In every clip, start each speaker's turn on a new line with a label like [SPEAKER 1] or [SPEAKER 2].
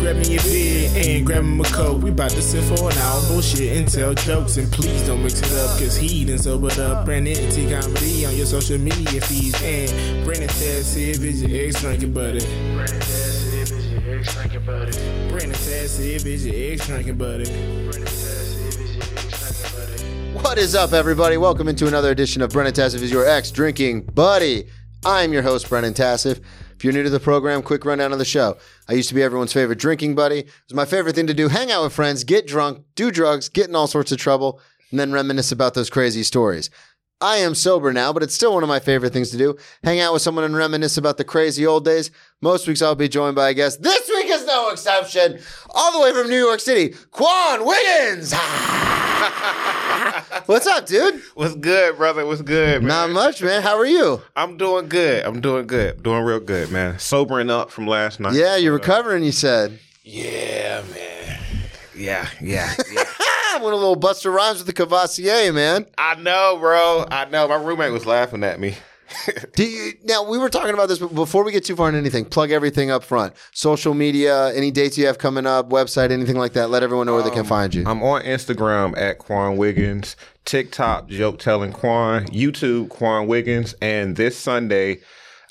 [SPEAKER 1] Grabbing your beer and grabbing my coat. We about to sit for an hour, bullshit and tell jokes. And please don't mix it up, cause he done sobered up. Brandon T Comedy on your social media feeds. And Brandon Taz if it's your ex drinking buddy.
[SPEAKER 2] Brandon Tass, if it's your ex drinking buddy.
[SPEAKER 1] Brandon Taz if it's your ex drinking buddy.
[SPEAKER 2] Brandon Tass, if it's your ex drinking buddy.
[SPEAKER 3] What is up, everybody? Welcome into another edition of Brennan Tassif is your ex drinking buddy. I'm your host, Brennan Tassif. If you're new to the program, quick rundown of the show. I used to be everyone's favorite drinking buddy. It was my favorite thing to do hang out with friends, get drunk, do drugs, get in all sorts of trouble, and then reminisce about those crazy stories. I am sober now, but it's still one of my favorite things to do hang out with someone and reminisce about the crazy old days. Most weeks I'll be joined by a guest. This week is no exception. All the way from New York City, Quan Wiggins. What's up, dude?
[SPEAKER 4] What's good, brother? What's good, man?
[SPEAKER 3] Not much, man. How are you?
[SPEAKER 4] I'm doing good. I'm doing good. Doing real good, man. Sobering up from last night.
[SPEAKER 3] Yeah, you're recovering, you said.
[SPEAKER 4] Yeah, man. Yeah, yeah, yeah.
[SPEAKER 3] Ah, went a little Buster Rhymes with the Cavassier, man.
[SPEAKER 4] I know, bro. I know. My roommate was laughing at me.
[SPEAKER 3] Do you, now, we were talking about this but before we get too far into anything. Plug everything up front social media, any dates you have coming up, website, anything like that. Let everyone know where they can find you.
[SPEAKER 4] I'm on Instagram at Quan Wiggins, TikTok joke telling Quan, YouTube Quan Wiggins, and this Sunday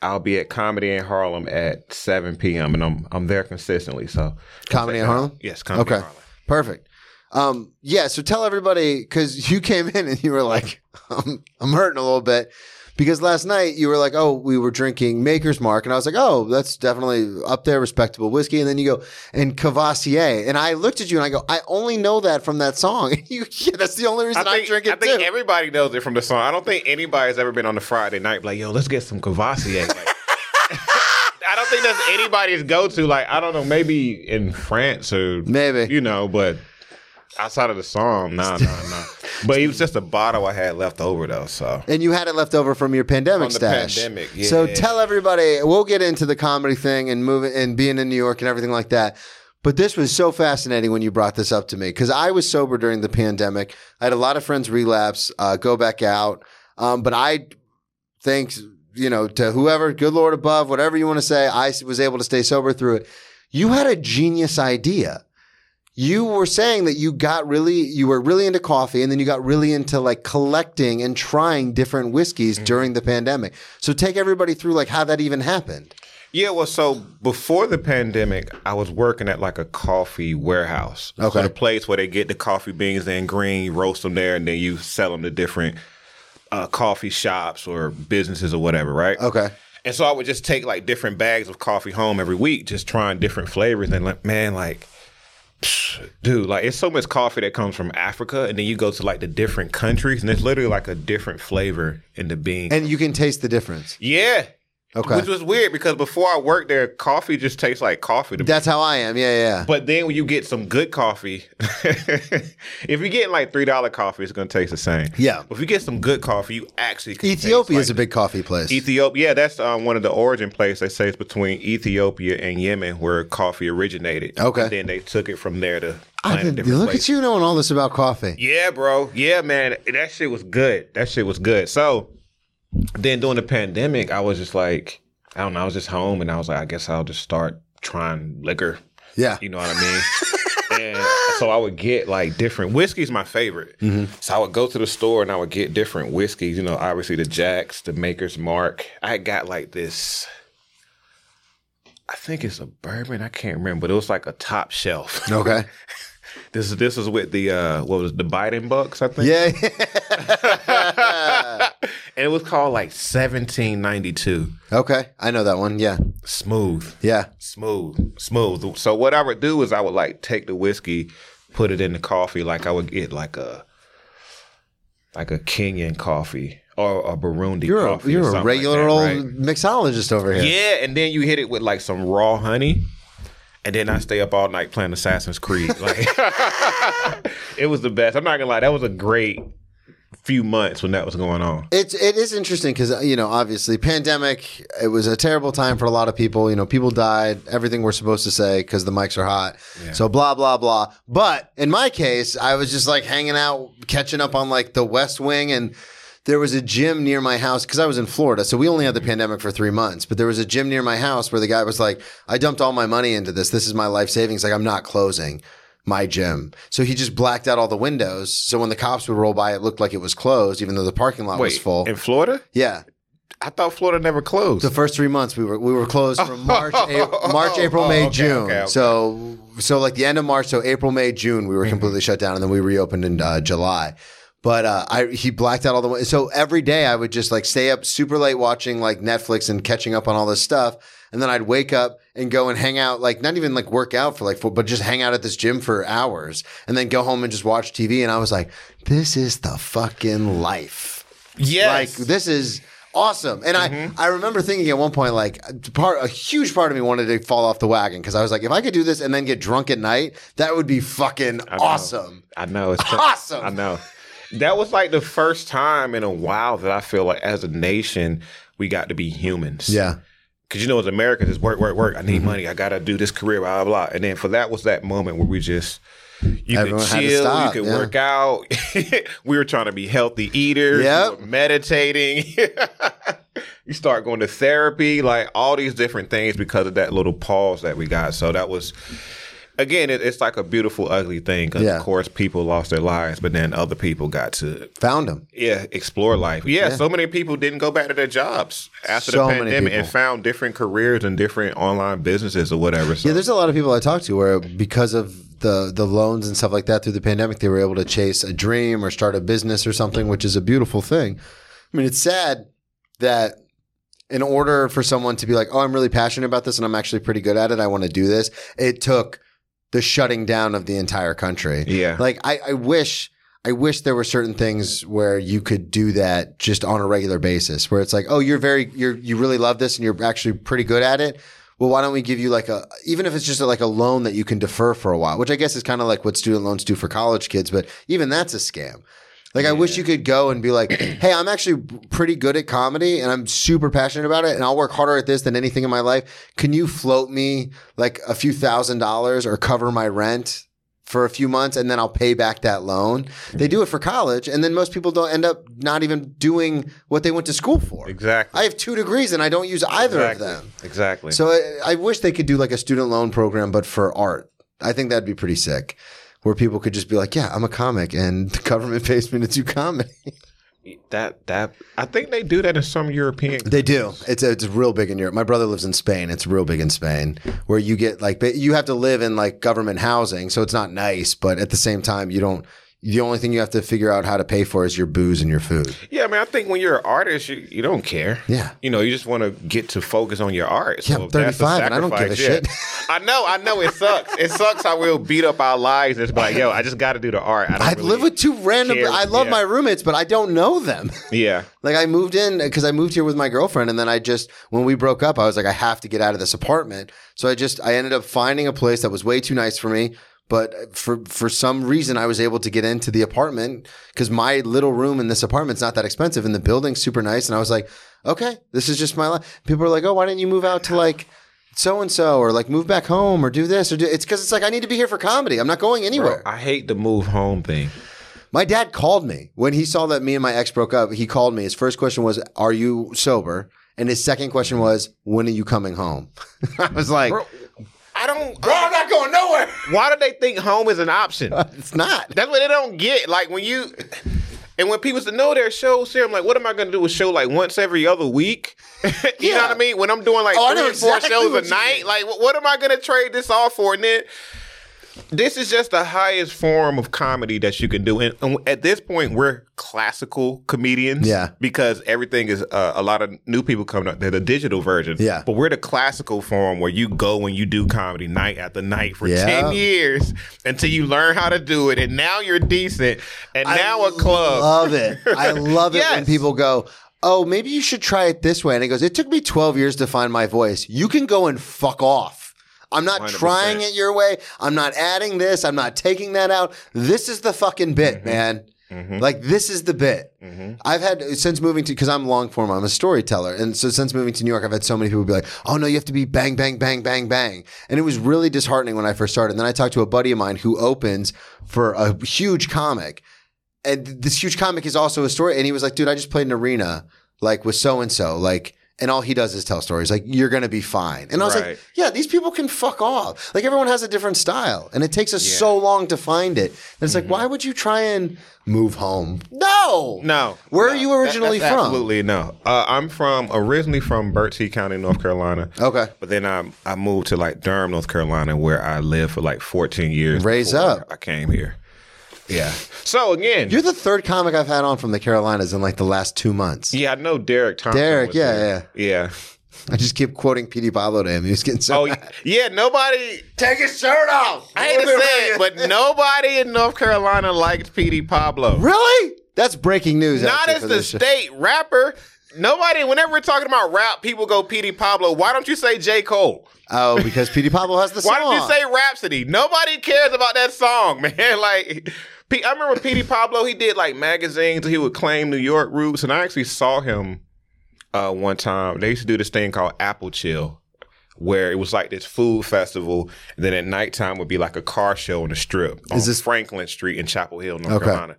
[SPEAKER 4] I'll be at Comedy in Harlem at 7 p.m. and I'm I'm there consistently. So
[SPEAKER 3] Comedy in Harlem?
[SPEAKER 4] Yes, Comedy in
[SPEAKER 3] okay.
[SPEAKER 4] Harlem.
[SPEAKER 3] Perfect. Um, yeah, so tell everybody because you came in and you were like, I'm, I'm hurting a little bit. Because last night you were like, oh, we were drinking Maker's Mark. And I was like, oh, that's definitely up there, respectable whiskey. And then you go, and Cavassier. And I looked at you and I go, I only know that from that song. And you, yeah, that's the only reason I, drink it
[SPEAKER 4] I think
[SPEAKER 3] too.
[SPEAKER 4] everybody knows it from the song. I don't think anybody's ever been on a Friday night like, yo, let's get some Cavassier. Like, I don't think that's anybody's go to. Like, I don't know, maybe in France or
[SPEAKER 3] Maybe.
[SPEAKER 4] you know, but outside of the song, nah, nah, nah. But it was just a bottle I had left over though, so.
[SPEAKER 3] and you had it left over from your pandemic
[SPEAKER 4] From the
[SPEAKER 3] stash.
[SPEAKER 4] pandemic,
[SPEAKER 3] So
[SPEAKER 4] yeah.
[SPEAKER 3] tell everybody. We'll get into the comedy thing and moving and being in New York and everything like that. But this was so fascinating when you brought this up to me because I was sober during the pandemic. I had a lot of friends relapse, uh, go back out. Um, but I thanks, you know, to whoever, good Lord above, whatever you want to say, I s- was able to stay sober through it. You had a genius idea. You were saying that you got really, you were really into coffee and then you got really into like collecting and trying different whiskeys
[SPEAKER 4] Mm-hmm.
[SPEAKER 3] during the pandemic. So take everybody through like how that even happened.
[SPEAKER 4] Yeah, well, so before the pandemic, I was working at like a coffee warehouse.
[SPEAKER 3] Okay.
[SPEAKER 4] So the place where they get the coffee beans in green, you roast them there, and then you sell them to different uh, coffee shops or businesses or whatever, right?
[SPEAKER 3] Okay.
[SPEAKER 4] And so I would just take like different bags of coffee home every week, just trying different flavors. And like, man, like, psh, dude, like it's so much coffee that comes from Africa, and then you go to like the different countries, and there's literally like a different flavor in the bean.
[SPEAKER 3] And you can taste the difference.
[SPEAKER 4] yeah.
[SPEAKER 3] Okay.
[SPEAKER 4] Which was weird because before I worked there, coffee just tastes like coffee to me.
[SPEAKER 3] That's how I am. Yeah, yeah.
[SPEAKER 4] But then when you get some good coffee, if you're getting like three dollar coffee, it's gonna taste the same.
[SPEAKER 3] Yeah.
[SPEAKER 4] But if you get some good coffee, you actually can taste,
[SPEAKER 3] Ethiopia is
[SPEAKER 4] like,
[SPEAKER 3] a big coffee place.
[SPEAKER 4] Ethiopia. Yeah, that's um, one of the origin places. They say it's between Ethiopia and Yemen where coffee originated.
[SPEAKER 3] Okay.
[SPEAKER 4] And then they took it from there to
[SPEAKER 3] I
[SPEAKER 4] plant it
[SPEAKER 3] didn't-
[SPEAKER 4] different
[SPEAKER 3] look
[SPEAKER 4] places.
[SPEAKER 3] at you knowing all this about coffee.
[SPEAKER 4] Yeah, bro. Yeah, man. That shit was good. That shit was good. So then during the pandemic, I was just like, I don't know. I was just home and I was like, I guess I'll just start trying liquor.
[SPEAKER 3] Yeah.
[SPEAKER 4] You know what I mean? and so I would get like different whiskey's my favorite. So I would go to the store and I would get different whiskeys. You know, obviously the Jacks, the Maker's Mark. I had got like this. I think it's a bourbon. I can't remember, but it was like a top shelf.
[SPEAKER 3] Okay.
[SPEAKER 4] This is this is with the uh what was it, the Biden Bucks, I think.
[SPEAKER 3] Yeah.
[SPEAKER 4] and it was called like 1792.
[SPEAKER 3] okay. I know that one. Yeah.
[SPEAKER 4] Smooth.
[SPEAKER 3] Yeah.
[SPEAKER 4] Smooth. Smooth. So what I would do is I would like take the whiskey, put it in the coffee, like I would get like a like a Kenyan coffee or a Burundi
[SPEAKER 3] You're a,
[SPEAKER 4] coffee. or
[SPEAKER 3] you're a
[SPEAKER 4] something like
[SPEAKER 3] regular
[SPEAKER 4] that,
[SPEAKER 3] old
[SPEAKER 4] right?
[SPEAKER 3] mixologist over here.
[SPEAKER 4] Yeah, and then you hit it with like some raw honey. And then I stay up all night playing Assassin's Creed. Like it was the best. I'm not gonna lie, that was a great few months when that was going on.
[SPEAKER 3] It's it is interesting because you know obviously pandemic it was a terrible time for a lot of people you know people died everything we're supposed to say because the mics are hot so blah blah blah but in my case I was just like hanging out catching up on like the West Wing and there was a gym near my house because I was in Florida so we only had the pandemic for three months but there was a gym near my house where the guy was like I dumped all my money into this this is my life savings like I'm not closing my gym so he just blacked out all the windows so when the cops would roll by it looked like it was closed even though the parking lot was full
[SPEAKER 4] in Florida?
[SPEAKER 3] yeah.
[SPEAKER 4] I thought Florida never closed.
[SPEAKER 3] The first three months we were we were closed from March, a- March, April,
[SPEAKER 4] Oh,
[SPEAKER 3] May,
[SPEAKER 4] okay,
[SPEAKER 3] June.
[SPEAKER 4] okay, okay.
[SPEAKER 3] So so like the end of March, so April, May, June,
[SPEAKER 4] Mm-hmm.
[SPEAKER 3] we were completely shut down, and then we reopened in uh, July. But uh, I he blacked out all the way. So every day I would just like stay up super late watching like Netflix and catching up on all this stuff, and then I'd wake up and go and hang out like not even like work out for like four, but just hang out at this gym for hours, and then go home and just watch TV. And I was like, this is the fucking life.
[SPEAKER 4] yes. Mm-hmm.
[SPEAKER 3] Like this is awesome. And I I remember thinking at one point like part a huge part of me wanted to fall off the wagon because I was like if I could do this and then get drunk at night, that would be fucking
[SPEAKER 4] know.
[SPEAKER 3] awesome.
[SPEAKER 4] I know. It's
[SPEAKER 3] Awesome.
[SPEAKER 4] I know. That was like the first time in a while that I feel like as a nation we got to be humans.
[SPEAKER 3] Yeah.
[SPEAKER 4] Cause you know, as Americans, it's work, work, work. I
[SPEAKER 3] Mm-hmm.
[SPEAKER 4] need money. I gotta do this career, blah, blah, blah. And then for that was that moment where we just you
[SPEAKER 3] Everyone
[SPEAKER 4] could
[SPEAKER 3] had to
[SPEAKER 4] chill,
[SPEAKER 3] stop,
[SPEAKER 4] you could
[SPEAKER 3] yeah.
[SPEAKER 4] work out. we were trying to be healthy eaters, we
[SPEAKER 3] Yep.
[SPEAKER 4] were meditating. you start going to therapy, like all these different things because of that little pause that we got. So that was again, it, it's like a beautiful, ugly thing. 'cause
[SPEAKER 3] Yeah.
[SPEAKER 4] Of course, people lost their lives, but then other people got to
[SPEAKER 3] Found him.
[SPEAKER 4] yeah, explore life. Yeah, so many people didn't go back to their jobs after
[SPEAKER 3] So
[SPEAKER 4] the
[SPEAKER 3] many
[SPEAKER 4] pandemic and
[SPEAKER 3] people.
[SPEAKER 4] found different careers and different online businesses or whatever. So
[SPEAKER 3] Yeah, there's a lot of people I talk to where because of the the loans and stuff like that through the pandemic, they were able to chase a dream or start a business or something, which is a beautiful thing. I mean, it's sad that in order for someone to be like, "Oh, I'm really passionate about this and I'm actually pretty good at it. I want to do this." It took the shutting down of the entire country.
[SPEAKER 4] Yeah.
[SPEAKER 3] Like I, I wish I wish there were certain things where you could do that just on a regular basis where it's like, "Oh, you're very you're you really love this and you're actually pretty good at it." Well, why don't we give you like a even if it's just like a loan that you can defer for a while, which I guess is kind of like what student loans do for college kids, but even that's a scam. Like I wish you could go and be like, "Hey, I'm actually pretty good at comedy and I'm super passionate about it and I'll work harder at this than anything in my life. Can you float me like a few thousand dollars or cover my rent for a few months and then I'll pay back that loan?" They do it for college and then most people don't end up not even doing what they went to school for.
[SPEAKER 4] Exactly.
[SPEAKER 3] I have 2 degrees and I don't use either
[SPEAKER 4] exactly.
[SPEAKER 3] of them.
[SPEAKER 4] Exactly.
[SPEAKER 3] So I, I wish they could do like a student loan program, but for art. I think that'd be pretty sick, where people could just be like, "Yeah, I'm a comic, and the government pays me to do comedy."
[SPEAKER 4] that that I think they do that in some European.
[SPEAKER 3] They do. It's it's real big in Europe. My brother lives in Spain. It's real big in Spain, where you get like ba- you have to live in like government housing, so it's not nice, but at the same time, you don't. The only thing you have to figure out how to pay for is your booze and your food.
[SPEAKER 4] Yeah, I mean, I think when you're an artist, you, you don't care.
[SPEAKER 3] Yeah.
[SPEAKER 4] You know, you just want to get to focus on your art.
[SPEAKER 3] Yeah,
[SPEAKER 4] So
[SPEAKER 3] I'm
[SPEAKER 4] if that's a
[SPEAKER 3] 35 and I don't give a
[SPEAKER 4] sacrifice,
[SPEAKER 3] shit.
[SPEAKER 4] yeah. I know, I know. It sucks. It sucks. I will beat up our lives. It's like, yo, I just got to do the art. I, don't
[SPEAKER 3] I
[SPEAKER 4] really-
[SPEAKER 3] live with two random.
[SPEAKER 4] care,
[SPEAKER 3] I love
[SPEAKER 4] yeah.
[SPEAKER 3] my roommates, but I don't know them.
[SPEAKER 4] Yeah.
[SPEAKER 3] Like I moved in because I moved here with my girlfriend, and then I just when we broke up, I was like, I have to get out of this apartment. So I just I ended up finding a place that was way too nice for me. But uh, for for some reason, I was able to get into the apartment because my little room in this apartment's not that expensive, and the building's super nice. And I was like, okay, this is just my life. People are like, oh, why didn't you move out to like so and so, or like move back home, or do this, or do it's because it's like I need to be here for comedy. I'm not going anywhere.
[SPEAKER 4] Bro, I hate the move home thing.
[SPEAKER 3] My dad called me when he saw that me and my ex broke up. He called me. His first question was, "Are you sober?" And his second question was, "When are you coming home?" I was like,
[SPEAKER 4] Bro, I don't. uh,
[SPEAKER 3] I'm not going nowhere."
[SPEAKER 4] Why do they think home is an option?
[SPEAKER 3] It's not.
[SPEAKER 4] That's what they don't get. Like when you and when people say no their shows here, I'm like, what am I gonna do a show like once every other week? you know
[SPEAKER 3] Yeah.
[SPEAKER 4] what I mean? When I'm doing like
[SPEAKER 3] Oh, I
[SPEAKER 4] three
[SPEAKER 3] know
[SPEAKER 4] or four
[SPEAKER 3] exactly what
[SPEAKER 4] shows
[SPEAKER 3] you
[SPEAKER 4] a night,
[SPEAKER 3] mean.
[SPEAKER 4] like what, what am I gonna trade this off for? And then this is just the highest form of comedy that you can do. And, and at this point, we're classical comedians.
[SPEAKER 3] Yeah.
[SPEAKER 4] Because everything is uh, a lot of new people coming up. They're the digital version.
[SPEAKER 3] Yeah.
[SPEAKER 4] But we're the classical form where you go and you do comedy night after night for
[SPEAKER 3] Yeah.
[SPEAKER 4] 10 years until you learn how to do it. And now you're decent. And now
[SPEAKER 3] I
[SPEAKER 4] a club.
[SPEAKER 3] Love it. I love it when
[SPEAKER 4] Yes.
[SPEAKER 3] people go. Oh, maybe you should try it this way. And he goes, It took me 12 years to find my voice. You can go and fuck off. I'm not
[SPEAKER 4] 100%.
[SPEAKER 3] trying it your way. I'm not adding this. I'm not taking that out. This is the fucking bit,
[SPEAKER 4] Mm-hmm.
[SPEAKER 3] man. Like this is the bit. I've had since moving to because I'm long form. I'm a storyteller, and so since moving to New York, I've had so many people be like, "Oh no, you have to be bang, bang, bang, bang, bang," and it was really disheartening when I first started. And then I talked to a buddy of mine who opens for a huge comic, and th- this huge comic is also a story. And he was like, dude, I just played an arena like with so and so, like, and all he does is tell stories. Like, you're gonna be fine. And I was like,
[SPEAKER 4] Right.
[SPEAKER 3] yeah, these people can fuck off. Like, everyone has a different style, and it takes us
[SPEAKER 4] Yeah. Mm-hmm.
[SPEAKER 3] so long to find it. And it's like, why would you try and move home? No,
[SPEAKER 4] No.
[SPEAKER 3] Where
[SPEAKER 4] No.
[SPEAKER 3] are you originally
[SPEAKER 4] That- that's
[SPEAKER 3] from?
[SPEAKER 4] Absolutely no. Uh, I'm from originally from Bertie County, North Carolina.
[SPEAKER 3] Okay.
[SPEAKER 4] But then I I moved to like Durham, North Carolina, where I lived for like 14 years.
[SPEAKER 3] Raise
[SPEAKER 4] before
[SPEAKER 3] up.
[SPEAKER 4] I came here. Yeah. So again,
[SPEAKER 3] You're the third comic I've had on from the Carolinas in like the last two months.
[SPEAKER 4] yeah, I know Derek Thompson.
[SPEAKER 3] Derek,
[SPEAKER 4] was
[SPEAKER 3] yeah,
[SPEAKER 4] there. yeah,
[SPEAKER 3] I just keep quoting Petey Pablo to him. He was getting so.
[SPEAKER 4] Oh yeah, nobody.
[SPEAKER 3] take his shirt off.
[SPEAKER 4] I hate to say it, but nobody in North Carolina liked PD Pablo.
[SPEAKER 3] really, that's breaking news.
[SPEAKER 4] Not
[SPEAKER 3] actually,
[SPEAKER 4] as
[SPEAKER 3] for
[SPEAKER 4] the
[SPEAKER 3] this show.
[SPEAKER 4] state rapper. Nobody. Whenever we're talking about rap, people go PD Pablo. Why don't you say J Cole?
[SPEAKER 3] Oh, because Petey Pablo has the song.
[SPEAKER 4] Why did you say Rhapsody? Nobody cares about that song, man. Like, P- I remember Petey Pablo. He did like magazines. He would claim New York roots, and I actually saw him uh, one time. They used to do this thing called Apple Chill, where it was like this food festival, and then at nighttime would be like a car show on the strip on
[SPEAKER 3] this-
[SPEAKER 4] Franklin Street in Chapel Hill, North
[SPEAKER 3] Okay.
[SPEAKER 4] Carolina.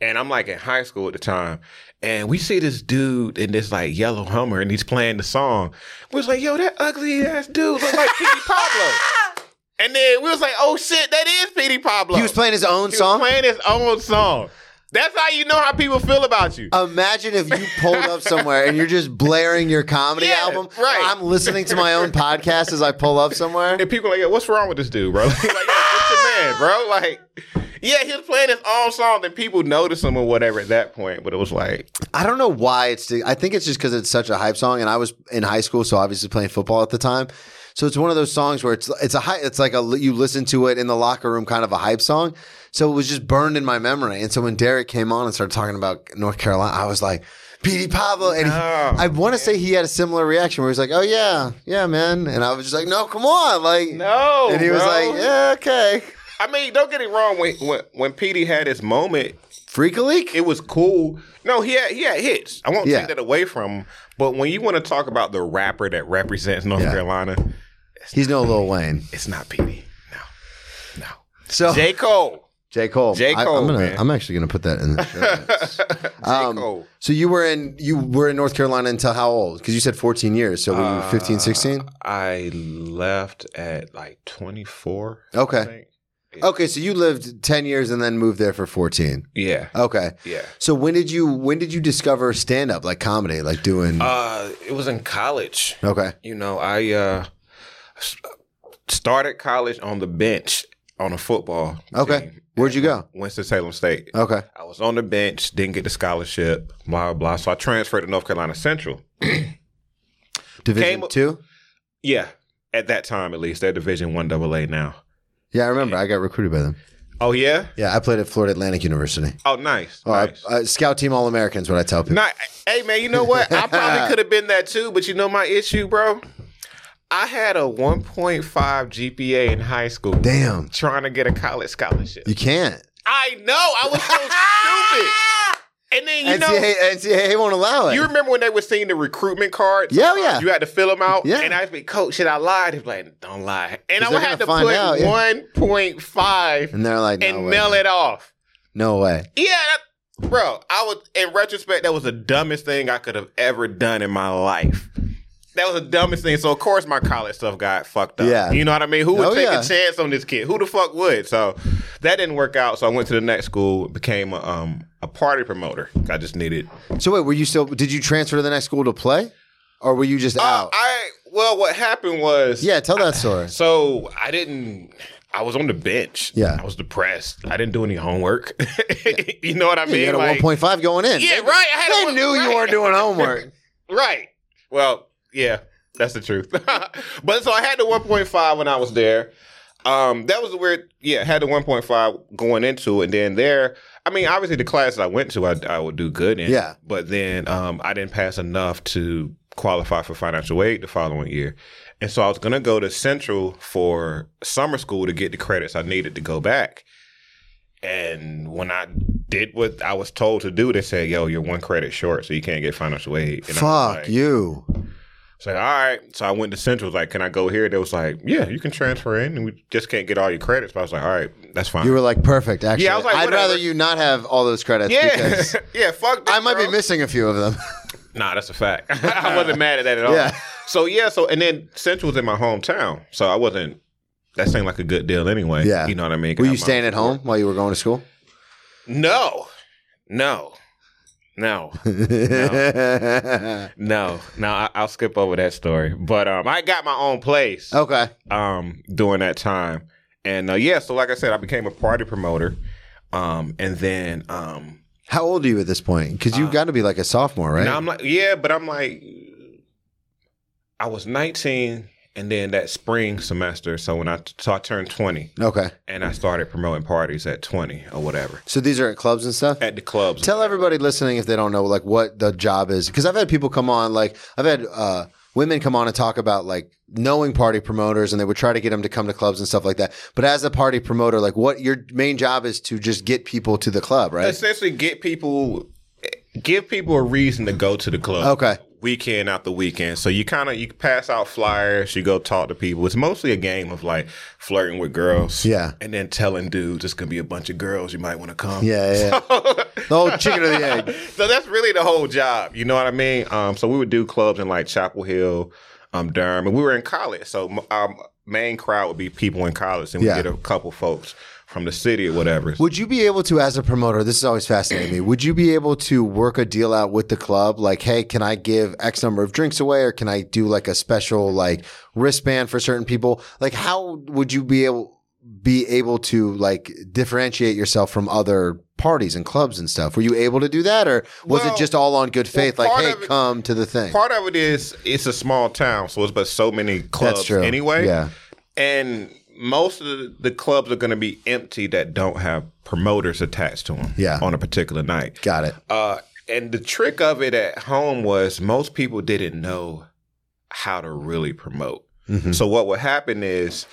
[SPEAKER 4] And I'm like in high school at the time. And we see this dude in this like yellow Hummer, and he's playing the song. We was like, "Yo, that ugly ass dude look like Petey Pablo." And then we was like, "Oh shit, that is Petey Pablo."
[SPEAKER 3] He was playing his own
[SPEAKER 4] He was
[SPEAKER 3] song.
[SPEAKER 4] playing his own song. That's how you know how people feel about you.
[SPEAKER 3] Uh, Imagine if you pulled up somewhere and you're just blaring your comedy
[SPEAKER 4] Yeah,
[SPEAKER 3] album.
[SPEAKER 4] right.
[SPEAKER 3] I'm listening to my own podcast as I pull up somewhere.
[SPEAKER 4] and people are like, "Yo, what's wrong with this dude, bro?" like, yo, what's your man, bro? Like, yeah, he was playing his own song, and people noticed him or whatever at that point. But it was like,
[SPEAKER 3] I don't know why it's. I think it's just because it's such a hype song, and I was in high school, so obviously playing football at the time. So it's one of those songs where it's it's a high, it's like a you listen to it in the locker room, kind of a hype song. So it was just burned in my memory. And so when Derek came on and started talking about North Carolina, I was like, Petey Pablo, and he-
[SPEAKER 4] No.
[SPEAKER 3] I want to say he had a similar reaction where he's like, "Oh yeah, yeah, man," and I was just like, "No, come on, like
[SPEAKER 4] no.
[SPEAKER 3] And he was
[SPEAKER 4] Oh, bro.
[SPEAKER 3] like, "Yeah, okay."
[SPEAKER 4] I mean, don't get it wrong. When when when Petey had his moment,
[SPEAKER 3] Freak a leak.
[SPEAKER 4] it was cool. No, he had he had hits. I won't
[SPEAKER 3] Yeah.
[SPEAKER 4] take that away from him. But when you want to talk about the rapper that represents North
[SPEAKER 3] Yeah.
[SPEAKER 4] Carolina,
[SPEAKER 3] He's no Lil Wayne.
[SPEAKER 4] it's not Petey. No, no.
[SPEAKER 3] So
[SPEAKER 4] J Cole.
[SPEAKER 3] J. Cole.
[SPEAKER 4] J.
[SPEAKER 3] I,
[SPEAKER 4] Cole,
[SPEAKER 3] am gonna,
[SPEAKER 4] man.
[SPEAKER 3] I'm actually gonna put that in the show. notes. Um,
[SPEAKER 4] Cole.
[SPEAKER 3] So you were in you were in North Carolina until how old? Because you said 14 years. So were you
[SPEAKER 4] Uh,
[SPEAKER 3] 15, 16?
[SPEAKER 4] I left at like twenty four.
[SPEAKER 3] Okay. Okay, so you lived 10 years and then moved there for 14.
[SPEAKER 4] Yeah.
[SPEAKER 3] Okay.
[SPEAKER 4] Yeah.
[SPEAKER 3] So when did you when did you discover stand up like comedy like doing?
[SPEAKER 4] Uh, it was in college.
[SPEAKER 3] okay.
[SPEAKER 4] You know, I uh s- started college on the bench on a football.
[SPEAKER 3] Okay. Oh.
[SPEAKER 4] team.
[SPEAKER 3] Where'd you go?
[SPEAKER 4] Winston Salem State.
[SPEAKER 3] Okay.
[SPEAKER 4] I was on the bench, didn't get the scholarship, blah blah. So I transferred to North Carolina Central.
[SPEAKER 3] Division
[SPEAKER 4] Came-
[SPEAKER 3] two.
[SPEAKER 4] Yeah, at that time at least, they're Division One AA now.
[SPEAKER 3] Yeah, I remember. I got recruited by them.
[SPEAKER 4] Oh yeah.
[SPEAKER 3] Yeah, I played at Florida Atlantic University.
[SPEAKER 4] Oh nice.
[SPEAKER 3] Oh,
[SPEAKER 4] nice.
[SPEAKER 3] I, uh, scout team All Americans. What I tell people.
[SPEAKER 4] Not, hey man, you know what? I probably could have been that too, but you know my issue, bro. I had a 1.5 GPA in high school.
[SPEAKER 3] Damn,
[SPEAKER 4] Trying to get a college scholarship.
[SPEAKER 3] you can't.
[SPEAKER 4] I know. I was so stupid. And then you know,
[SPEAKER 3] NCAA, NCAA won't allow it.
[SPEAKER 4] you remember when they were seeing the recruitment cards?
[SPEAKER 3] Yeah, yeah.
[SPEAKER 4] You had to fill them out.
[SPEAKER 3] Yeah.
[SPEAKER 4] And I would be, Coach, should I lie? He'd be like, Don't lie. And
[SPEAKER 3] 'Cause
[SPEAKER 4] I would
[SPEAKER 3] they're
[SPEAKER 4] have to
[SPEAKER 3] gonna
[SPEAKER 4] put
[SPEAKER 3] find out, yeah.
[SPEAKER 4] 1.5
[SPEAKER 3] and they're like, no
[SPEAKER 4] and
[SPEAKER 3] way.
[SPEAKER 4] mail it off.
[SPEAKER 3] No way.
[SPEAKER 4] Yeah, that, bro. I was in retrospect, that was the dumbest thing I could have ever done in my life. That was the dumbest thing. So of course my college stuff got fucked up.
[SPEAKER 3] Yeah.
[SPEAKER 4] you know what I mean. Who would
[SPEAKER 3] Oh,
[SPEAKER 4] take
[SPEAKER 3] yeah.
[SPEAKER 4] a chance on this kid? Who the fuck would? So that didn't work out. So I went to the next school, became a, um, a party promoter. I just needed.
[SPEAKER 3] So wait, were you still? Did you transfer to the next school to play, or were you just
[SPEAKER 4] Uh,
[SPEAKER 3] out?
[SPEAKER 4] I well, what happened was
[SPEAKER 3] yeah, tell that story.
[SPEAKER 4] So I didn't. I was on the bench.
[SPEAKER 3] Yeah.
[SPEAKER 4] I was depressed. I didn't do any homework. you know what I mean?
[SPEAKER 3] you had a
[SPEAKER 4] Like-
[SPEAKER 3] 1.5 going in.
[SPEAKER 4] Yeah, right. I had a
[SPEAKER 3] They
[SPEAKER 4] one-
[SPEAKER 3] knew you
[SPEAKER 4] right.
[SPEAKER 3] weren't doing homework.
[SPEAKER 4] Right. Well, yeah, that's the truth. but so I had the 1.5 when I was there. Um, that was the weird. Yeah, had the 1.5 going into it, and then there, I mean, obviously, the classes I went to, I, I would do good in.
[SPEAKER 3] Yeah.
[SPEAKER 4] But then um, I didn't pass enough to qualify for financial aid the following year. And so I was going to go to Central for summer school to get the credits I needed to go back. And when I did what I was told to do, they said, yo, you're one credit short, so you can't get financial aid. And I was
[SPEAKER 3] Fuck
[SPEAKER 4] like-
[SPEAKER 3] you.
[SPEAKER 4] it's like, all right. So I went to Central. Like, can I go here? They was like, yeah, you can transfer in. And we just can't get all your credits. But I was like, all right, that's fine.
[SPEAKER 3] You were like perfect. Actually,
[SPEAKER 4] Yeah, I was like,
[SPEAKER 3] would rather
[SPEAKER 4] whatever.
[SPEAKER 3] you not have all those credits.
[SPEAKER 4] yeah,
[SPEAKER 3] because
[SPEAKER 4] yeah. Fuck. This,
[SPEAKER 3] I might be
[SPEAKER 4] bro.
[SPEAKER 3] missing a few of them.
[SPEAKER 4] Nah, that's a fact. I wasn't mad at that at all.
[SPEAKER 3] Yeah.
[SPEAKER 4] So yeah. So and then Central was in my hometown, so I wasn't. That seemed like a good deal anyway.
[SPEAKER 3] Yeah.
[SPEAKER 4] You know what I mean?
[SPEAKER 3] were
[SPEAKER 4] Have my-
[SPEAKER 3] you staying at home while you were going to school?
[SPEAKER 4] No, no, no. No, no, I, I'll skip over that story. But um, I got my own place.
[SPEAKER 3] okay.
[SPEAKER 4] um, during that time. And uh, yeah, so like I said, I became a party promoter. Um, and then um,
[SPEAKER 3] How old are you at this point? Because
[SPEAKER 4] Uh,
[SPEAKER 3] you've got to be like a sophomore, right?
[SPEAKER 4] now I'm like, yeah, but I'm like, I was 19, and then that spring semester. So when I so I turned 20,
[SPEAKER 3] okay.
[SPEAKER 4] and I started promoting parties at 20 or whatever
[SPEAKER 3] So these are at clubs and stuff.
[SPEAKER 4] at the clubs.
[SPEAKER 3] Tell everybody listening if they don't know like what the job is, because I've had people come on, like I've had uh, women come on and talk about like knowing party promoters, and they would try to get them to come to clubs and stuff like that. But as a party promoter, like what your main job is to just get people to the club, right?
[SPEAKER 4] essentially get people give people a reason to go to the club
[SPEAKER 3] Okay.
[SPEAKER 4] weekend after weekend so you kind of you pass out flyers you go talk to people it's mostly a game of like flirting with girls
[SPEAKER 3] Yeah.
[SPEAKER 4] and then telling dudes it's gonna be a bunch of girls you might want to come
[SPEAKER 3] yeah, yeah. yeah. the whole chicken or the egg.
[SPEAKER 4] so that's really the whole job you know what i mean um so we would do clubs in like chapel hill um durham and we were in college so m- our main crowd would be people in college and we
[SPEAKER 3] Yeah.
[SPEAKER 4] get a couple folks from the city or whatever
[SPEAKER 3] Would you be able to, as a promoter, this is always fascinating to me, would you be able to work a deal out with the club? Like, hey, can I give X number of drinks away or can I do like a special like wristband for certain people? Like, how would you be able, be able to like differentiate yourself from other parties and clubs and stuff? Were you able to do that or was
[SPEAKER 4] Well-
[SPEAKER 3] it just all on good faith?
[SPEAKER 4] part
[SPEAKER 3] like,
[SPEAKER 4] of
[SPEAKER 3] hey,
[SPEAKER 4] it-
[SPEAKER 3] come to the thing.
[SPEAKER 4] part of it is it's a small town, so it's but so many clubs
[SPEAKER 3] That's true.
[SPEAKER 4] anyway.
[SPEAKER 3] Yeah.
[SPEAKER 4] And most of the, the clubs are going to be empty that don't have promoters attached to them
[SPEAKER 3] Yeah.
[SPEAKER 4] on a particular night.
[SPEAKER 3] Got it.
[SPEAKER 4] Uh, and the trick of it at home was most people didn't know how to really promote.
[SPEAKER 3] Mm-hmm.
[SPEAKER 4] So what would happen is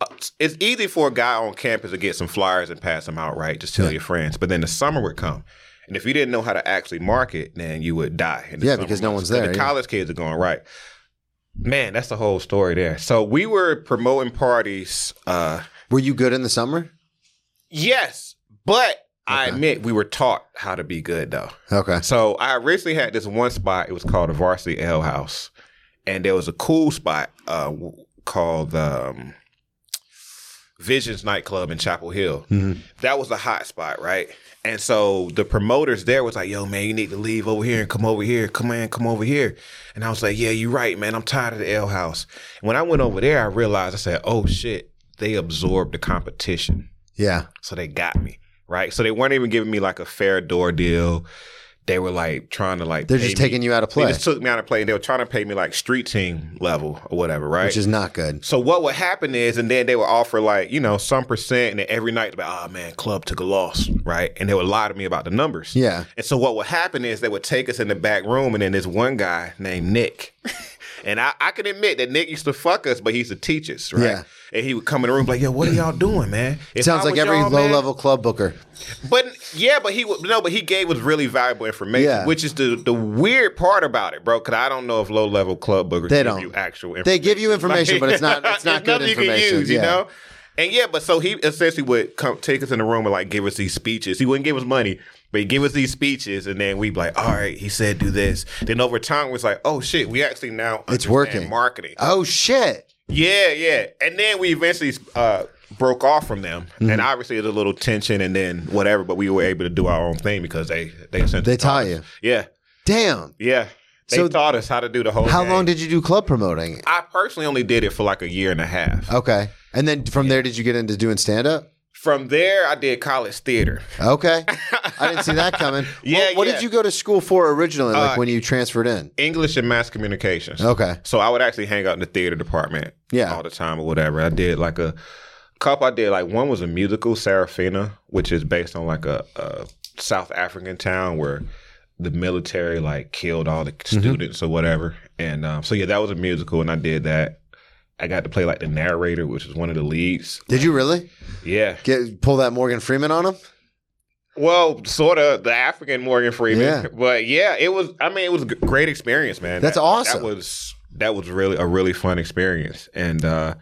[SPEAKER 4] uh, it's easy for a guy on campus to get some flyers and pass them out, right? Just tell your friends. But then the summer would come. And if you didn't know how to actually market, then you would die. in the
[SPEAKER 3] Yeah,
[SPEAKER 4] summer
[SPEAKER 3] because no one's
[SPEAKER 4] months. 'Cause
[SPEAKER 3] there,
[SPEAKER 4] The
[SPEAKER 3] yeah.
[SPEAKER 4] college kids are going, right. Man, that's the whole story there. So we were promoting parties. Uh,
[SPEAKER 3] Were you good in the summer?
[SPEAKER 4] yes, but I
[SPEAKER 3] Okay.
[SPEAKER 4] admit we were taught how to be good, though.
[SPEAKER 3] Okay.
[SPEAKER 4] So I originally had this one spot. It was called the Varsity L House, and there was a cool spot uh, w- called um, Visions Nightclub in Chapel Hill. That was a hot spot, right? And so the promoters there was like, "Yo, man, you need to leave over here and come over here. Come in, come over here." And I was like, "Yeah, you're right, man. I'm tired of the L House." And when I went over there, I realized I said, "Oh shit, they absorbed the competition."
[SPEAKER 3] Yeah.
[SPEAKER 4] So they got me, right? So they weren't even giving me like a fair door deal. They were like trying to like
[SPEAKER 3] They're
[SPEAKER 4] pay
[SPEAKER 3] just
[SPEAKER 4] me-
[SPEAKER 3] taking you out of play,
[SPEAKER 4] They just took me out of play and they were trying to pay me like street team level or whatever, right?
[SPEAKER 3] which is not good.
[SPEAKER 4] so what would happen is, and then they would offer like you know some percent, and then every night about, oh man, club took a loss, right? And they would lie to me about the numbers.
[SPEAKER 3] Yeah.
[SPEAKER 4] And so what would happen is they would take us in the back room, and then this one guy named Nick, and I, I can admit that Nick used to fuck us, but he used to teach us, right?
[SPEAKER 3] Yeah.
[SPEAKER 4] And he would come in the room like, yo, what are y'all doing, man? If
[SPEAKER 3] Sounds
[SPEAKER 4] I
[SPEAKER 3] like
[SPEAKER 4] was
[SPEAKER 3] every
[SPEAKER 4] y'all,
[SPEAKER 3] low
[SPEAKER 4] man-
[SPEAKER 3] level club booker.
[SPEAKER 4] but yeah, but he would- no, but he gave us really valuable information,
[SPEAKER 3] Yeah.
[SPEAKER 4] which is the the weird part about it, bro. Because I don't know if low level club bookers
[SPEAKER 3] They
[SPEAKER 4] give
[SPEAKER 3] don't.
[SPEAKER 4] you actual.
[SPEAKER 3] They give you information, but it's not it's not good
[SPEAKER 4] nothing
[SPEAKER 3] information.
[SPEAKER 4] You, can use,
[SPEAKER 3] yeah.
[SPEAKER 4] you know. And yeah, but so he essentially would come take us in the room and like give us these speeches. He wouldn't give us money, but he'd give us these speeches, and then we'd be like, "All right," he said, "Do this." Then over time, it was like, "Oh shit, we actually now
[SPEAKER 3] It's
[SPEAKER 4] understand
[SPEAKER 3] working.
[SPEAKER 4] marketing."
[SPEAKER 3] Oh shit.
[SPEAKER 4] Yeah, yeah. And then we eventually uh, broke off from them, and
[SPEAKER 3] Mm-hmm.
[SPEAKER 4] obviously there's a little tension, and then whatever. But we were able to do our own thing because they they essentially
[SPEAKER 3] They taught
[SPEAKER 4] us.
[SPEAKER 3] you.
[SPEAKER 4] Yeah,
[SPEAKER 3] Oh, Damn.
[SPEAKER 4] yeah. They
[SPEAKER 3] So-
[SPEAKER 4] taught us how to do the whole.
[SPEAKER 3] How
[SPEAKER 4] game.
[SPEAKER 3] long did you do club promoting?
[SPEAKER 4] I personally only did it for like a year and a half?
[SPEAKER 3] Okay. And then from there did you get into doing stand up?
[SPEAKER 4] From there, I did college theater.
[SPEAKER 3] Okay. I didn't see that coming.
[SPEAKER 4] Yeah,
[SPEAKER 3] What, what
[SPEAKER 4] yeah.
[SPEAKER 3] did you go to school for originally like
[SPEAKER 4] Uh,
[SPEAKER 3] when you transferred in?
[SPEAKER 4] English and mass communications.
[SPEAKER 3] Okay.
[SPEAKER 4] So I would actually hang out in the theater department
[SPEAKER 3] Yeah.
[SPEAKER 4] all the time or whatever. I did like a couple I did like one was a musical, Serafina, which is based on like a, a South African town where the military like killed all the students or whatever. And um, so yeah, that was a musical, and I did that. I got to play like the narrator, which was one of the leads.
[SPEAKER 3] Did you really
[SPEAKER 4] Yeah.
[SPEAKER 3] get pull that Morgan Freeman on him?
[SPEAKER 4] Well, sort of the African Morgan Freeman,
[SPEAKER 3] Yeah.
[SPEAKER 4] but yeah, it was. I mean, it was a g- great experience, man.
[SPEAKER 3] That's
[SPEAKER 4] That-
[SPEAKER 3] awesome.
[SPEAKER 4] That was that was really a really fun experience, and uh,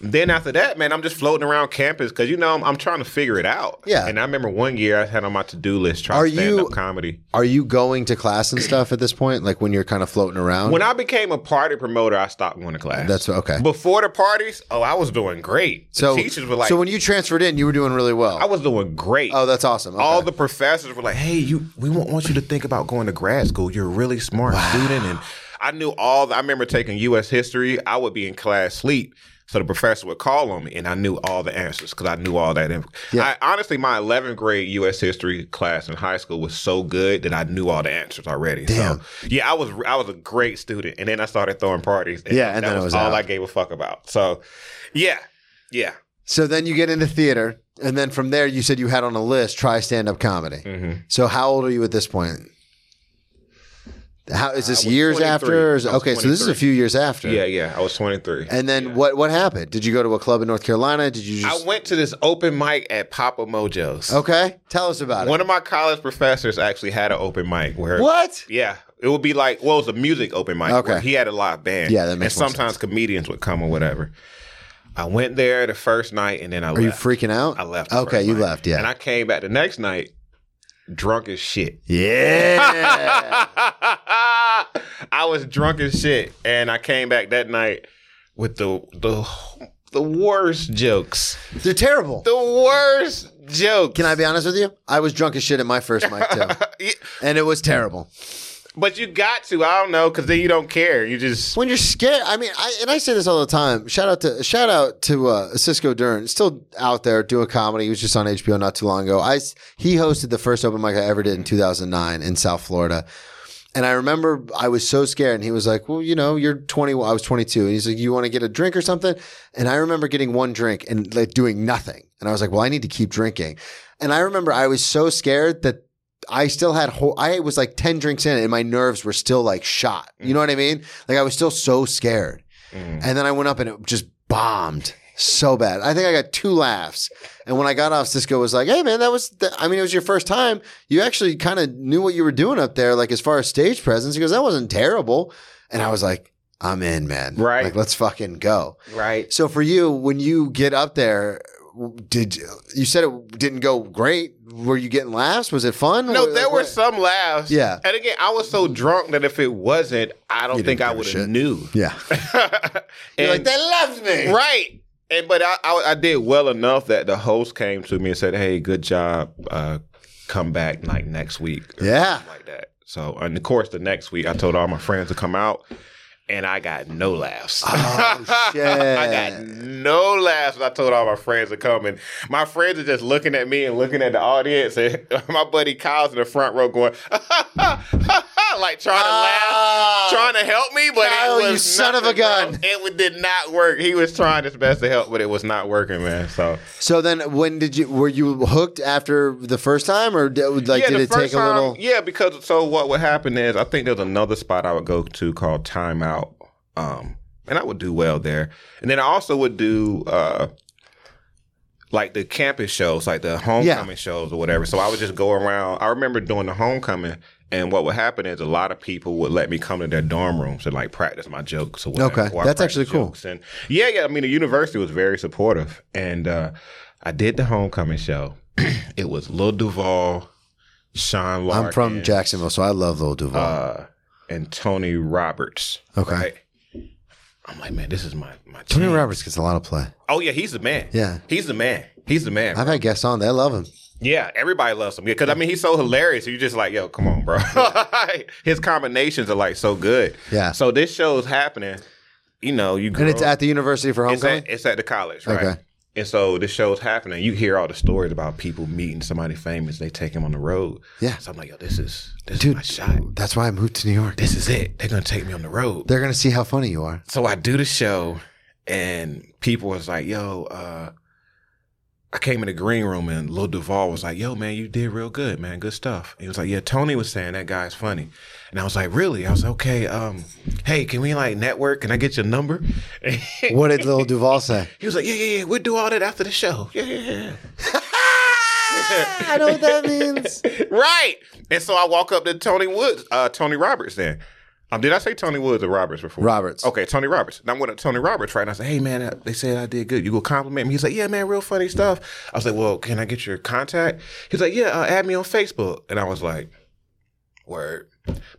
[SPEAKER 4] then after that, man, I'm just floating around campus because you know I'm, I'm trying to figure it out.
[SPEAKER 3] Yeah.
[SPEAKER 4] and I remember one year I had on my to do list
[SPEAKER 3] Are
[SPEAKER 4] trying
[SPEAKER 3] you-
[SPEAKER 4] stand up comedy.
[SPEAKER 3] Are you going to class and stuff at this point? Like when you're kind of floating around?
[SPEAKER 4] When I became a party promoter, I stopped going to class.
[SPEAKER 3] That's okay.
[SPEAKER 4] Before the parties, oh, I was doing great. The
[SPEAKER 3] so
[SPEAKER 4] teachers were like,
[SPEAKER 3] so when you transferred in, you were doing really well.
[SPEAKER 4] I was doing great.
[SPEAKER 3] oh, that's awesome. Okay.
[SPEAKER 4] all the professors were like, "Hey, you, we won't want you to think about going to grad school. You're a really smart student." And I knew all. The, I remember taking U.S. history. I would be in class sleep, so the professor would call on me, and I knew all the answers because I knew all that. Info.
[SPEAKER 3] Yeah.
[SPEAKER 4] I, honestly, my 11th grade U.S. history class in high school was so good that I knew all the answers already.
[SPEAKER 3] Damn.
[SPEAKER 4] So yeah, I was I was a great student, and then I started throwing parties. And
[SPEAKER 3] Yeah, and
[SPEAKER 4] that
[SPEAKER 3] then it
[SPEAKER 4] was
[SPEAKER 3] was
[SPEAKER 4] all
[SPEAKER 3] out.
[SPEAKER 4] I gave a fuck about. So yeah, yeah.
[SPEAKER 3] so then you get into theater, and then from there, you said you had on a list try stand up comedy. So how old are you at this point? How is this
[SPEAKER 4] I was
[SPEAKER 3] years after? Or is,
[SPEAKER 4] 23. I was
[SPEAKER 3] okay, so this is a
[SPEAKER 4] 23.
[SPEAKER 3] few years after.
[SPEAKER 4] Yeah, yeah. I was 23.
[SPEAKER 3] And then what what happened? Did you go to a club in North Carolina? Did you
[SPEAKER 4] I
[SPEAKER 3] just
[SPEAKER 4] went to this open mic at Papa Mojo's.
[SPEAKER 3] okay? Tell us about
[SPEAKER 4] One of my college professors actually had an open mic where
[SPEAKER 3] it. What?
[SPEAKER 4] Yeah. It would be like well, it was a music open mic.
[SPEAKER 3] Okay.
[SPEAKER 4] where he had a live band.
[SPEAKER 3] Yeah, that makes
[SPEAKER 4] And
[SPEAKER 3] more
[SPEAKER 4] sometimes comedians would come or whatever. I went there the first night and then I
[SPEAKER 3] Are you
[SPEAKER 4] left.
[SPEAKER 3] freaking out?
[SPEAKER 4] I left. the
[SPEAKER 3] Okay,
[SPEAKER 4] first
[SPEAKER 3] you
[SPEAKER 4] night.
[SPEAKER 3] left. Yeah.
[SPEAKER 4] And I came back the next night drunk as shit.
[SPEAKER 3] yeah.
[SPEAKER 4] I was drunk as shit, and I came back that night with the the the worst jokes.
[SPEAKER 3] They're terrible.
[SPEAKER 4] The worst jokes.
[SPEAKER 3] Can I be honest with you? I was drunk as shit at my first mic too,
[SPEAKER 4] Yeah,
[SPEAKER 3] and it was terrible.
[SPEAKER 4] But you got to. I don't know, because then you don't care. You just
[SPEAKER 3] When you're scared, I mean, I, and I say this all the time. Shout out to shout out to uh, Cisco Dern, still out there doing comedy. He was just on HBO not too long ago. I s- he hosted the first open mic I ever did in 2009 in South Florida. And I remember I was so scared, and he was like, "Well, you know, you're 20. I was 22, and he's like, "You want to get a drink or something?" And I remember getting one drink and like doing nothing, and I was like, "Well, I need to keep drinking." And I remember I was so scared that I still had whole, I was like 10 drinks in, and my nerves were still like shot. You know what I mean? Like I was still so scared. And then I went up and it just bombed so bad. I think I got two laughs. And when I got off, Cisco was like, "Hey, man, that was. The, I mean, it was your first time. You actually kind of knew what you were doing up there, like as far as stage presence." He goes, "That wasn't terrible." And I was like, "I'm in, man.
[SPEAKER 4] Right.
[SPEAKER 3] Like, let's fucking go."
[SPEAKER 4] right.
[SPEAKER 3] So for you, when you get up there, did you said it didn't go great? Were you getting laughs? Was it fun?
[SPEAKER 4] No,
[SPEAKER 3] Like,
[SPEAKER 4] there were
[SPEAKER 3] what-
[SPEAKER 4] some laughs.
[SPEAKER 3] Yeah.
[SPEAKER 4] And again, I was so drunk that if it wasn't, I don't
[SPEAKER 3] You didn't
[SPEAKER 4] think I
[SPEAKER 3] give a
[SPEAKER 4] would
[SPEAKER 3] shit.
[SPEAKER 4] have knew.
[SPEAKER 3] Yeah. You're like
[SPEAKER 4] And-
[SPEAKER 3] they loved me.
[SPEAKER 4] right. And but I, I I did well enough that the host came to me and said, "Hey, good job. Uh, come back like next week." or
[SPEAKER 3] Yeah.
[SPEAKER 4] something like that. So, and of course, the next week I told all my friends to come out, and I got no laughs.
[SPEAKER 3] Oh, shit.
[SPEAKER 4] I got no laughs. when I told all my friends to come, and my friends are just looking at me and looking at the audience, and my buddy Kyle's in the front row going, like trying to
[SPEAKER 3] Oh.
[SPEAKER 4] laugh, trying to help me, but
[SPEAKER 3] Kyle,
[SPEAKER 4] it was
[SPEAKER 3] you son of a
[SPEAKER 4] nothing, bro.
[SPEAKER 3] gun.
[SPEAKER 4] It w- did not work. He was trying his best to help, but it was not working, man. So
[SPEAKER 3] So then, when did you were you hooked after the first time, or did, like did
[SPEAKER 4] the
[SPEAKER 3] it take a
[SPEAKER 4] time-
[SPEAKER 3] little?
[SPEAKER 4] Yeah, because so what would happen is I think there's another spot I would go to called Timeout, um, and I would do well there. And then I also would do uh, like the campus shows, like the homecoming shows or whatever. So I would just go around. I remember doing the homecoming. And what would happen is a lot of people would let me come to their dorm rooms and like practice my jokes or whatever.
[SPEAKER 3] Okay,
[SPEAKER 4] or I
[SPEAKER 3] that's
[SPEAKER 4] practice
[SPEAKER 3] actually cool.
[SPEAKER 4] jokes. And yeah, yeah. I mean, the university was very supportive, and uh, I did the homecoming show. it was Lil Duval, Sean Larkin,
[SPEAKER 3] I'm from Jacksonville, so I love Lil Duval.
[SPEAKER 4] uh, and Tony Roberts.
[SPEAKER 3] Okay.
[SPEAKER 4] right? I'm like, man, this is my my.
[SPEAKER 3] Tony
[SPEAKER 4] jam.
[SPEAKER 3] Roberts gets a lot of play.
[SPEAKER 4] Oh yeah, he's the man.
[SPEAKER 3] Yeah.
[SPEAKER 4] he's the man. He's the man.
[SPEAKER 3] I've had guests on; they love him.
[SPEAKER 4] yeah, everybody loves him because I mean he's so hilarious. You're just like, yo, come on, bro. His combinations are like so good.
[SPEAKER 3] Yeah.
[SPEAKER 4] So this show's happening. You know, you
[SPEAKER 3] And it's
[SPEAKER 4] grow-
[SPEAKER 3] at the University for
[SPEAKER 4] it's
[SPEAKER 3] Homecoming.
[SPEAKER 4] at, it's at the college, right?
[SPEAKER 3] Okay.
[SPEAKER 4] And so this show's happening. You hear all the stories about people meeting somebody famous. They take him on the road.
[SPEAKER 3] Yeah.
[SPEAKER 4] So I'm like, yo, this is this
[SPEAKER 3] Dude.
[SPEAKER 4] is my shot.
[SPEAKER 3] That's why I moved to New York.
[SPEAKER 4] This is it. They're gonna take me on the road.
[SPEAKER 3] They're gonna see how funny you are.
[SPEAKER 4] so I do the show, and people was like, yo, uh, I came in the green room and Lil Duval was like, "Yo, man, you did real good, man. Good stuff." He was like, "Yeah, Tony was saying that guy's funny," and I was like, "Really?" I was like, "Okay, um, hey, can we like network? Can I get your number?" he
[SPEAKER 3] What did Lil Duval say?
[SPEAKER 4] was like, "Yeah, yeah, yeah. We'll do all that after the show." Yeah, yeah, yeah.
[SPEAKER 3] I know what that means.
[SPEAKER 4] Right. And so I walk up to Tony Woods, uh, Tony Roberts then. Um, did I say Tony Woods or Roberts before?
[SPEAKER 3] Roberts.
[SPEAKER 4] Okay, Tony Roberts. And I went up to Tony Roberts, right? And I said, hey, man, uh, they said I did good. You go compliment me. He's like, yeah, man, real funny stuff. I was like, well, can I get your contact? He's like, yeah, uh, add me on Facebook. And I was like, word.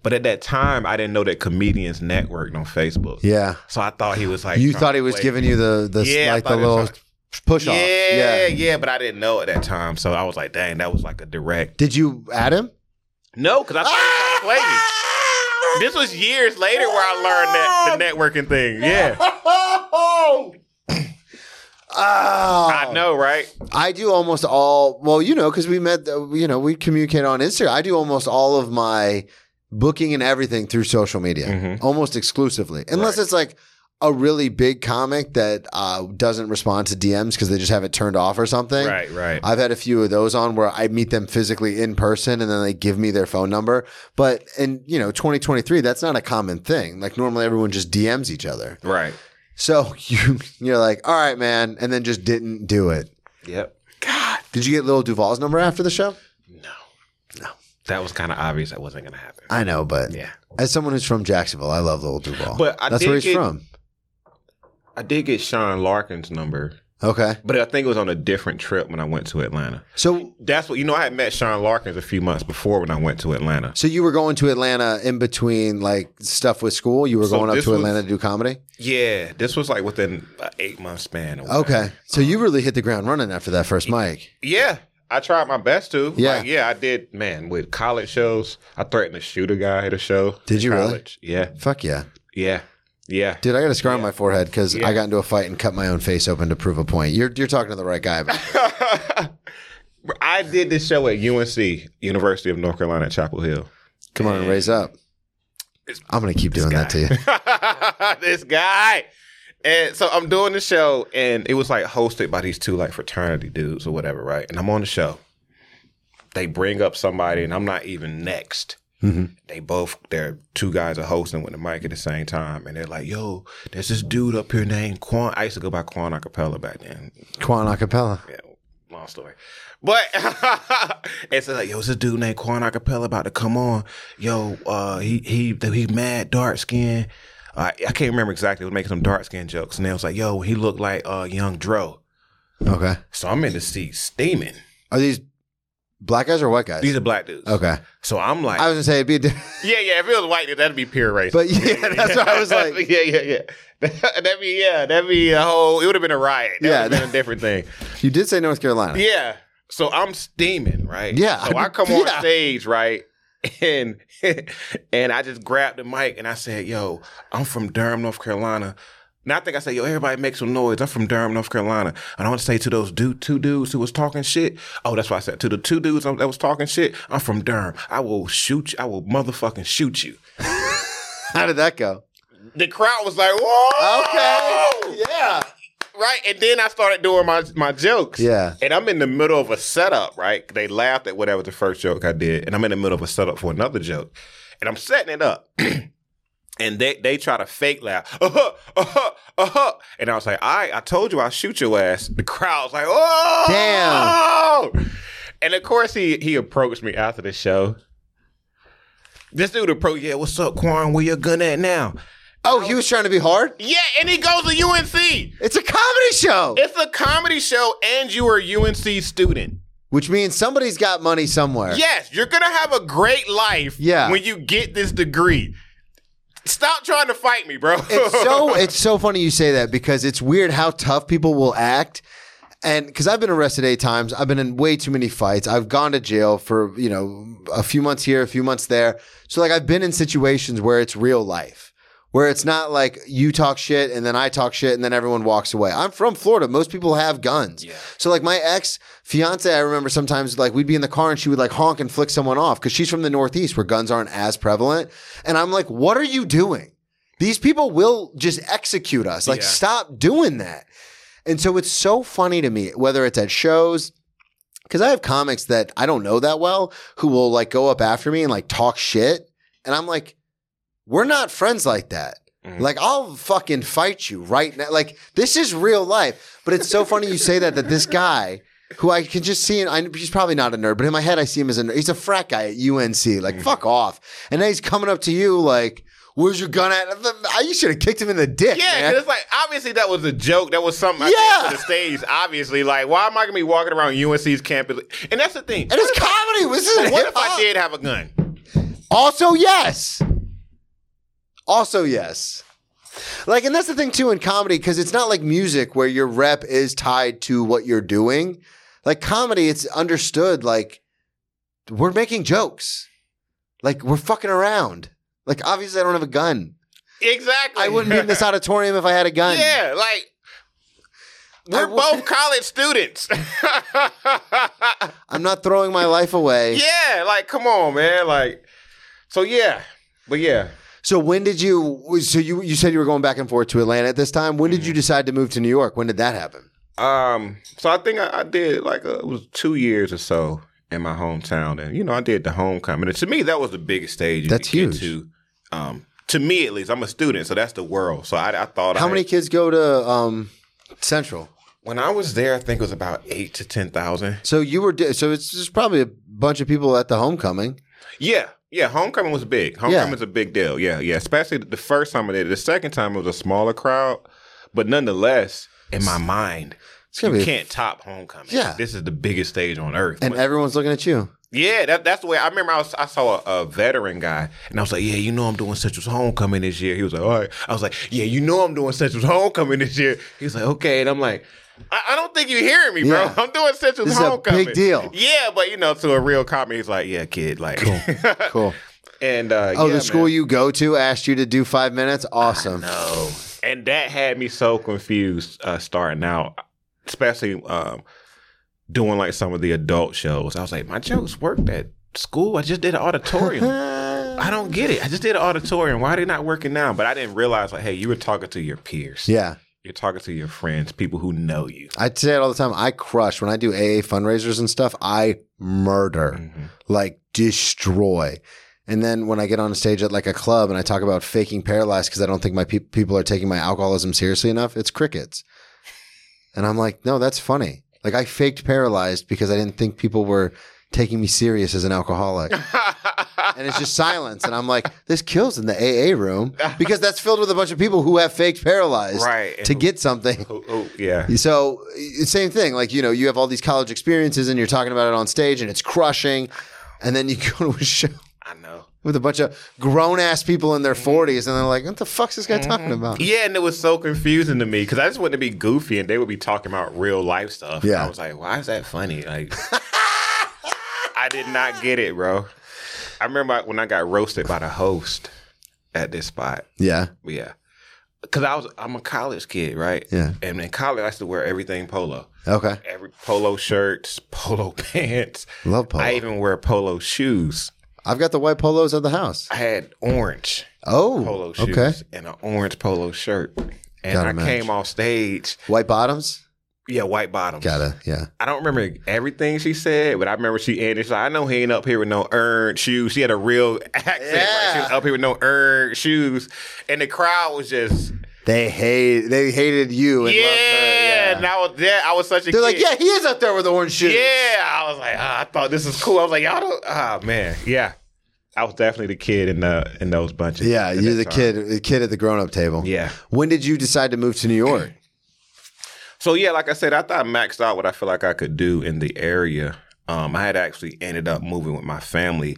[SPEAKER 4] But at that time, I didn't know that comedians networked on Facebook.
[SPEAKER 3] Yeah.
[SPEAKER 4] So I thought he was like,
[SPEAKER 3] You
[SPEAKER 4] trying
[SPEAKER 3] thought
[SPEAKER 4] to
[SPEAKER 3] he was
[SPEAKER 4] play-
[SPEAKER 3] giving you the the
[SPEAKER 4] Yeah, I
[SPEAKER 3] like the
[SPEAKER 4] thought he was
[SPEAKER 3] little
[SPEAKER 4] trying
[SPEAKER 3] push off.
[SPEAKER 4] Yeah, yeah, but I didn't know at that time. So I was like, dang, that was like a direct.
[SPEAKER 3] Did you add him?
[SPEAKER 4] No, because I thought he was trying to play me. This was years later where I learned that the networking thing. Yeah,
[SPEAKER 3] Oh,
[SPEAKER 4] I know, right?
[SPEAKER 3] I do almost all. Well, you know, because we met. uh, You know, we communicate on Instagram. I do almost all of my booking and everything through social media,
[SPEAKER 4] Mhm.
[SPEAKER 3] almost exclusively, unless
[SPEAKER 4] Right.
[SPEAKER 3] it's like a really big comic that uh, doesn't respond to DMs because they just have it turned off or something.
[SPEAKER 4] Right, right.
[SPEAKER 3] I've had a few of those on where I meet them physically in person and then they give me their phone number. But in, you know, 2023, that's not a common thing. Like normally everyone just DMs each other.
[SPEAKER 4] right.
[SPEAKER 3] So you you're like, all right, man, and then just didn't do it.
[SPEAKER 4] Yep.
[SPEAKER 3] Did you get Lil Duval's number after the show?
[SPEAKER 4] No. No. That was kind of obvious. That wasn't gonna happen.
[SPEAKER 3] I know, but
[SPEAKER 4] Yeah.
[SPEAKER 3] as someone who's from Jacksonville, I love Lil Duval.
[SPEAKER 4] But I
[SPEAKER 3] that's where
[SPEAKER 4] did
[SPEAKER 3] he's
[SPEAKER 4] get-
[SPEAKER 3] from.
[SPEAKER 4] I did get Sean Larkin's number,
[SPEAKER 3] Okay,
[SPEAKER 4] but I think it was on a different trip when I went to Atlanta.
[SPEAKER 3] so
[SPEAKER 4] That's what you know. I had met Sean Larkins a few months before when I went to Atlanta.
[SPEAKER 3] so you were going to Atlanta in between like stuff with school. You were
[SPEAKER 4] So
[SPEAKER 3] going up
[SPEAKER 4] this
[SPEAKER 3] to
[SPEAKER 4] was-
[SPEAKER 3] Atlanta to do comedy.
[SPEAKER 4] Yeah, this was like within an eight month span. Or whatever.
[SPEAKER 3] Okay, so you really hit the ground running after that first mic.
[SPEAKER 4] Yeah, I tried my best to.
[SPEAKER 3] Yeah.
[SPEAKER 4] like, yeah, I did. Man, with college shows, I threatened to shoot a guy at a show.
[SPEAKER 3] Did you really?
[SPEAKER 4] college. Yeah,
[SPEAKER 3] Fuck yeah,
[SPEAKER 4] yeah, yeah.
[SPEAKER 3] dude! I got a scar on my forehead because
[SPEAKER 4] Yeah.
[SPEAKER 3] I got into a fight and cut my own face open to prove a point. You're you're talking to the right guy. about it.
[SPEAKER 4] I did this show at UNC, University of North Carolina, at Chapel Hill.
[SPEAKER 3] Come on,
[SPEAKER 4] Man.
[SPEAKER 3] raise up.
[SPEAKER 4] It's-
[SPEAKER 3] I'm gonna keep doing that to you.
[SPEAKER 4] this guy. And so I'm doing the show, and it was like hosted by these two like fraternity dudes or whatever, right? And I'm on the show. They bring up somebody, and I'm not even next.
[SPEAKER 3] Mhm.
[SPEAKER 4] They both, they're two guys are hosting with the mic at the same time, and they're like, "Yo, there's this dude up here named Quan." I used to go by Quan Acapella back then.
[SPEAKER 3] Quan Acapella.
[SPEAKER 4] Yeah, long story. But it's like, yo, it's a dude named Quan Acapella about to come on. Yo, uh, he he he mad dark skin. I I can't remember exactly. It was making some dark skin jokes, and they was like, yo, he looked like uh young Dro.
[SPEAKER 3] Okay.
[SPEAKER 4] So I'm in the seat steaming.
[SPEAKER 3] Are these black guys or white guys?
[SPEAKER 4] These are black dudes.
[SPEAKER 3] okay.
[SPEAKER 4] So I'm like,
[SPEAKER 3] I was gonna say it'd be, a di-
[SPEAKER 4] yeah, yeah. If it was white, dude, that'd be pure race.
[SPEAKER 3] but yeah, that's what I was like.
[SPEAKER 4] yeah, yeah, yeah. that'd be yeah. That'd be a whole. It would have been a riot. That
[SPEAKER 3] Yeah.
[SPEAKER 4] yeah, been a different thing.
[SPEAKER 3] You did say North Carolina.
[SPEAKER 4] Yeah. So I'm steaming, right?
[SPEAKER 3] Yeah.
[SPEAKER 4] So I come on
[SPEAKER 3] Yeah.
[SPEAKER 4] stage, right? And and I just grabbed the mic and I said, "Yo, I'm from Durham, North Carolina." Now I think I said, "Yo, everybody make some noise." I'm from Durham, North Carolina, and I want to say to those dude, two dudes who was talking shit. Oh, that's what I said to the two dudes that was talking shit. I'm from Durham. I will shoot you. I will motherfucking shoot you.
[SPEAKER 3] How did that go?
[SPEAKER 4] The crowd was like, "Whoa!"
[SPEAKER 3] Okay. Yeah.
[SPEAKER 4] Right, and then I started doing my my jokes.
[SPEAKER 3] Yeah.
[SPEAKER 4] and I'm in the middle of a setup. Right, they laughed at whatever the first joke I did, and I'm in the middle of a setup for another joke, and I'm setting it up. And they, they try to fake laugh. Uh-huh, uh-huh, uh-huh. And I was like, all right, I told you I'll shoot your ass. The crowd's like, oh! Damn. And of course, he he approached me after the show. This dude approached, yeah, what's up, Quan? Where your gun at now?
[SPEAKER 3] Oh, he was trying to be hard.
[SPEAKER 4] Yeah, and he goes to UNC.
[SPEAKER 3] It's a comedy show,
[SPEAKER 4] It's a comedy show, and you are a UNC student.
[SPEAKER 3] which means somebody's got money somewhere.
[SPEAKER 4] Yes, you're gonna have a great life
[SPEAKER 3] Yeah.
[SPEAKER 4] when you get this degree. Stop trying to fight me, bro.
[SPEAKER 3] it's so it's so funny you say that because it's weird how tough people will act and because i've been arrested eight times i've been in way too many fights i've gone to jail for you know a few months here a few months there so like i've been in situations where it's real life where it's not like you talk shit and then I talk shit and then everyone walks away. I'm from Florida. Most people have guns. So like my ex fiance, I remember sometimes like we'd be in the car and she would like honk and flick someone off because she's from the Northeast where guns aren't as prevalent. And I'm like, what are you doing? These people will just execute us. Like,
[SPEAKER 4] Yeah.
[SPEAKER 3] stop doing that. And so it's so funny to me, whether it's at shows, because I have comics that I don't know that well who will like go up after me and like talk shit. And I'm like, we're not friends like that.
[SPEAKER 4] Mhm.
[SPEAKER 3] Like, I'll fucking fight you right now. Like, this is real life. But it's so funny you say that, that this guy who I can just see, and I, he's probably not a nerd, but in my head, I see him as a nerd. He's a frat guy at UNC. Like,
[SPEAKER 4] Mm-hmm.
[SPEAKER 3] fuck off. And now he's coming up to you, like, where's your gun at? I, you should have kicked him in the dick.
[SPEAKER 4] Yeah,
[SPEAKER 3] man.
[SPEAKER 4] because it's like obviously that was a joke. That was something I
[SPEAKER 3] Yeah.
[SPEAKER 4] did for the stage. Obviously, like why am I gonna be walking around UNC's campus? And that's the thing.
[SPEAKER 3] And it's comedy. This is
[SPEAKER 4] what if I
[SPEAKER 3] hip-hop.
[SPEAKER 4] did have a gun?
[SPEAKER 3] Also, yes. Also, yes. Like, and that's the thing too in comedy, because it's not like music where your rep is tied to what you're doing. Like comedy, it's understood like we're making jokes. Like we're fucking around. Like obviously I don't have a gun.
[SPEAKER 4] Exactly.
[SPEAKER 3] I wouldn't be in this auditorium if I had a gun.
[SPEAKER 4] Yeah, like
[SPEAKER 3] I
[SPEAKER 4] we're
[SPEAKER 3] would-
[SPEAKER 4] both college students.
[SPEAKER 3] I'm not throwing my life away.
[SPEAKER 4] yeah, like come on, man. Like so, yeah, but yeah.
[SPEAKER 3] So when did you so you you said you were going back and forth to Atlanta at this time? When
[SPEAKER 4] Mm-hmm.
[SPEAKER 3] did you decide to move to New York? When did that happen?
[SPEAKER 4] Um, so I think I, I did like uh it was two years or so in my hometown, and you know I did the homecoming. And to me, that was the biggest stage. you
[SPEAKER 3] That's
[SPEAKER 4] could
[SPEAKER 3] huge.
[SPEAKER 4] get To, um, to me at least, I'm a student, so that's the world. So I, I thought
[SPEAKER 3] How
[SPEAKER 4] I-
[SPEAKER 3] many kids go to um, Central?
[SPEAKER 4] When I was there, I think it was about eight to ten thousand.
[SPEAKER 3] So you were di- so it's just probably a bunch of people at the homecoming.
[SPEAKER 4] Yeah, yeah. Homecoming was big. Homecoming was a big deal. Yeah, yeah. Especially the first time I did it. The second time it was a smaller crowd, but nonetheless, in my mind, you
[SPEAKER 3] gonna be-
[SPEAKER 4] can't top homecoming.
[SPEAKER 3] Yeah.
[SPEAKER 4] this is the biggest stage on earth.
[SPEAKER 3] And
[SPEAKER 4] When-
[SPEAKER 3] everyone's looking at you.
[SPEAKER 4] Yeah, that, that's the way. I remember I, was, I saw a, a veteran guy, and I was like, "Yeah, you know I'm doing Central's homecoming this year." He was like, "All right." I was like, "Yeah, you know I'm doing Central's homecoming this year." He was like, "Okay," and I'm like, "I, I don't think you're hearing me, bro.
[SPEAKER 3] Yeah.
[SPEAKER 4] I'm doing Central's
[SPEAKER 3] This is a
[SPEAKER 4] homecoming."
[SPEAKER 3] big deal.
[SPEAKER 4] Yeah, but you know, to a real comic, he's like, "Yeah, kid, like."
[SPEAKER 3] Cool.
[SPEAKER 4] and uh,
[SPEAKER 3] Oh,
[SPEAKER 4] yeah,
[SPEAKER 3] the school
[SPEAKER 4] man.
[SPEAKER 3] you go to asked you to do five minutes. Awesome.
[SPEAKER 4] No. And that had me so confused uh, starting out, especially um, doing like some of the adult shows. I was like, my jokes worked at school. I just did an auditorium. I don't get it. I just did an auditorium. Why are they not working now? But I didn't realize, like, hey, you were talking to your peers.
[SPEAKER 3] Yeah,
[SPEAKER 4] You're talking to your friends, people who know you.
[SPEAKER 3] I say it all the time. I crush when I do AA fundraisers and stuff. I murder,
[SPEAKER 4] Mm-hmm.
[SPEAKER 3] like destroy. And then when I get on a stage at like a club and I talk about faking paralyzed because I don't think my peop people are taking my alcoholism seriously enough, it's crickets. And I'm like, no, that's funny. Like I faked paralyzed because I didn't think people were taking me serious as an alcoholic. and it's just silence. And I'm like, this kills in the AA room because that's filled with a bunch of people who have faked paralyzed
[SPEAKER 4] Right.
[SPEAKER 3] to get something.
[SPEAKER 4] Oh, oh, yeah.
[SPEAKER 3] So i- same thing. Like you know, you have all these college experiences, and you're talking about it on stage, and it's crushing. And then you go to a show
[SPEAKER 4] I know.
[SPEAKER 3] with a bunch of grown ass people in their 40s, and they're like, "What the fuck's this guy
[SPEAKER 4] Mm-hmm.
[SPEAKER 3] talking about?"
[SPEAKER 4] Yeah, and it was so confusing to me because I just wanted to be goofy, and they would be talking about real life stuff.
[SPEAKER 3] Yeah.
[SPEAKER 4] And I was like, why is that funny? Like, I did not get it, bro. I remember when I got roasted by the host at this spot.
[SPEAKER 3] Yeah,
[SPEAKER 4] Yeah, because I was I'm a college kid, right?
[SPEAKER 3] Yeah.
[SPEAKER 4] and in college I used to wear everything polo,
[SPEAKER 3] okay.
[SPEAKER 4] every polo shirts, polo pants.
[SPEAKER 3] Love polo.
[SPEAKER 4] I even wear polo shoes.
[SPEAKER 3] I've got the white polos at the house.
[SPEAKER 4] I had orange
[SPEAKER 3] Oh,
[SPEAKER 4] polo shoes
[SPEAKER 3] okay.
[SPEAKER 4] and an orange polo shirt. And
[SPEAKER 3] Gotta
[SPEAKER 4] I
[SPEAKER 3] match.
[SPEAKER 4] came off stage
[SPEAKER 3] White bottoms.
[SPEAKER 4] yeah, white bottoms.
[SPEAKER 3] Gotta yeah.
[SPEAKER 4] I don't remember everything she said, but I remember she ended. She's like, I know he ain't up here with no earned shoes. She had a real accent. Like, she
[SPEAKER 3] Yeah.
[SPEAKER 4] was up here with no earned shoes. And the crowd was just,
[SPEAKER 3] They hate. They hated you.
[SPEAKER 4] yeah.
[SPEAKER 3] And Loved her.
[SPEAKER 4] And I was there. I was such a
[SPEAKER 3] They're
[SPEAKER 4] kid.
[SPEAKER 3] like, yeah, he is up there with the orange shoes.
[SPEAKER 4] Yeah. I was like, ah, I thought this was cool. I was like, y'all don't, ah, man. Yeah. I was definitely the kid in the in those bunches.
[SPEAKER 3] Yeah,
[SPEAKER 4] at
[SPEAKER 3] you're
[SPEAKER 4] that
[SPEAKER 3] the
[SPEAKER 4] time.
[SPEAKER 3] kid, the kid at the grown-up table.
[SPEAKER 4] Yeah.
[SPEAKER 3] When did you decide to move to New York?
[SPEAKER 4] So yeah, like I said, I thought I maxed out what I feel like I could do in the area. Um, I had actually ended up moving with my family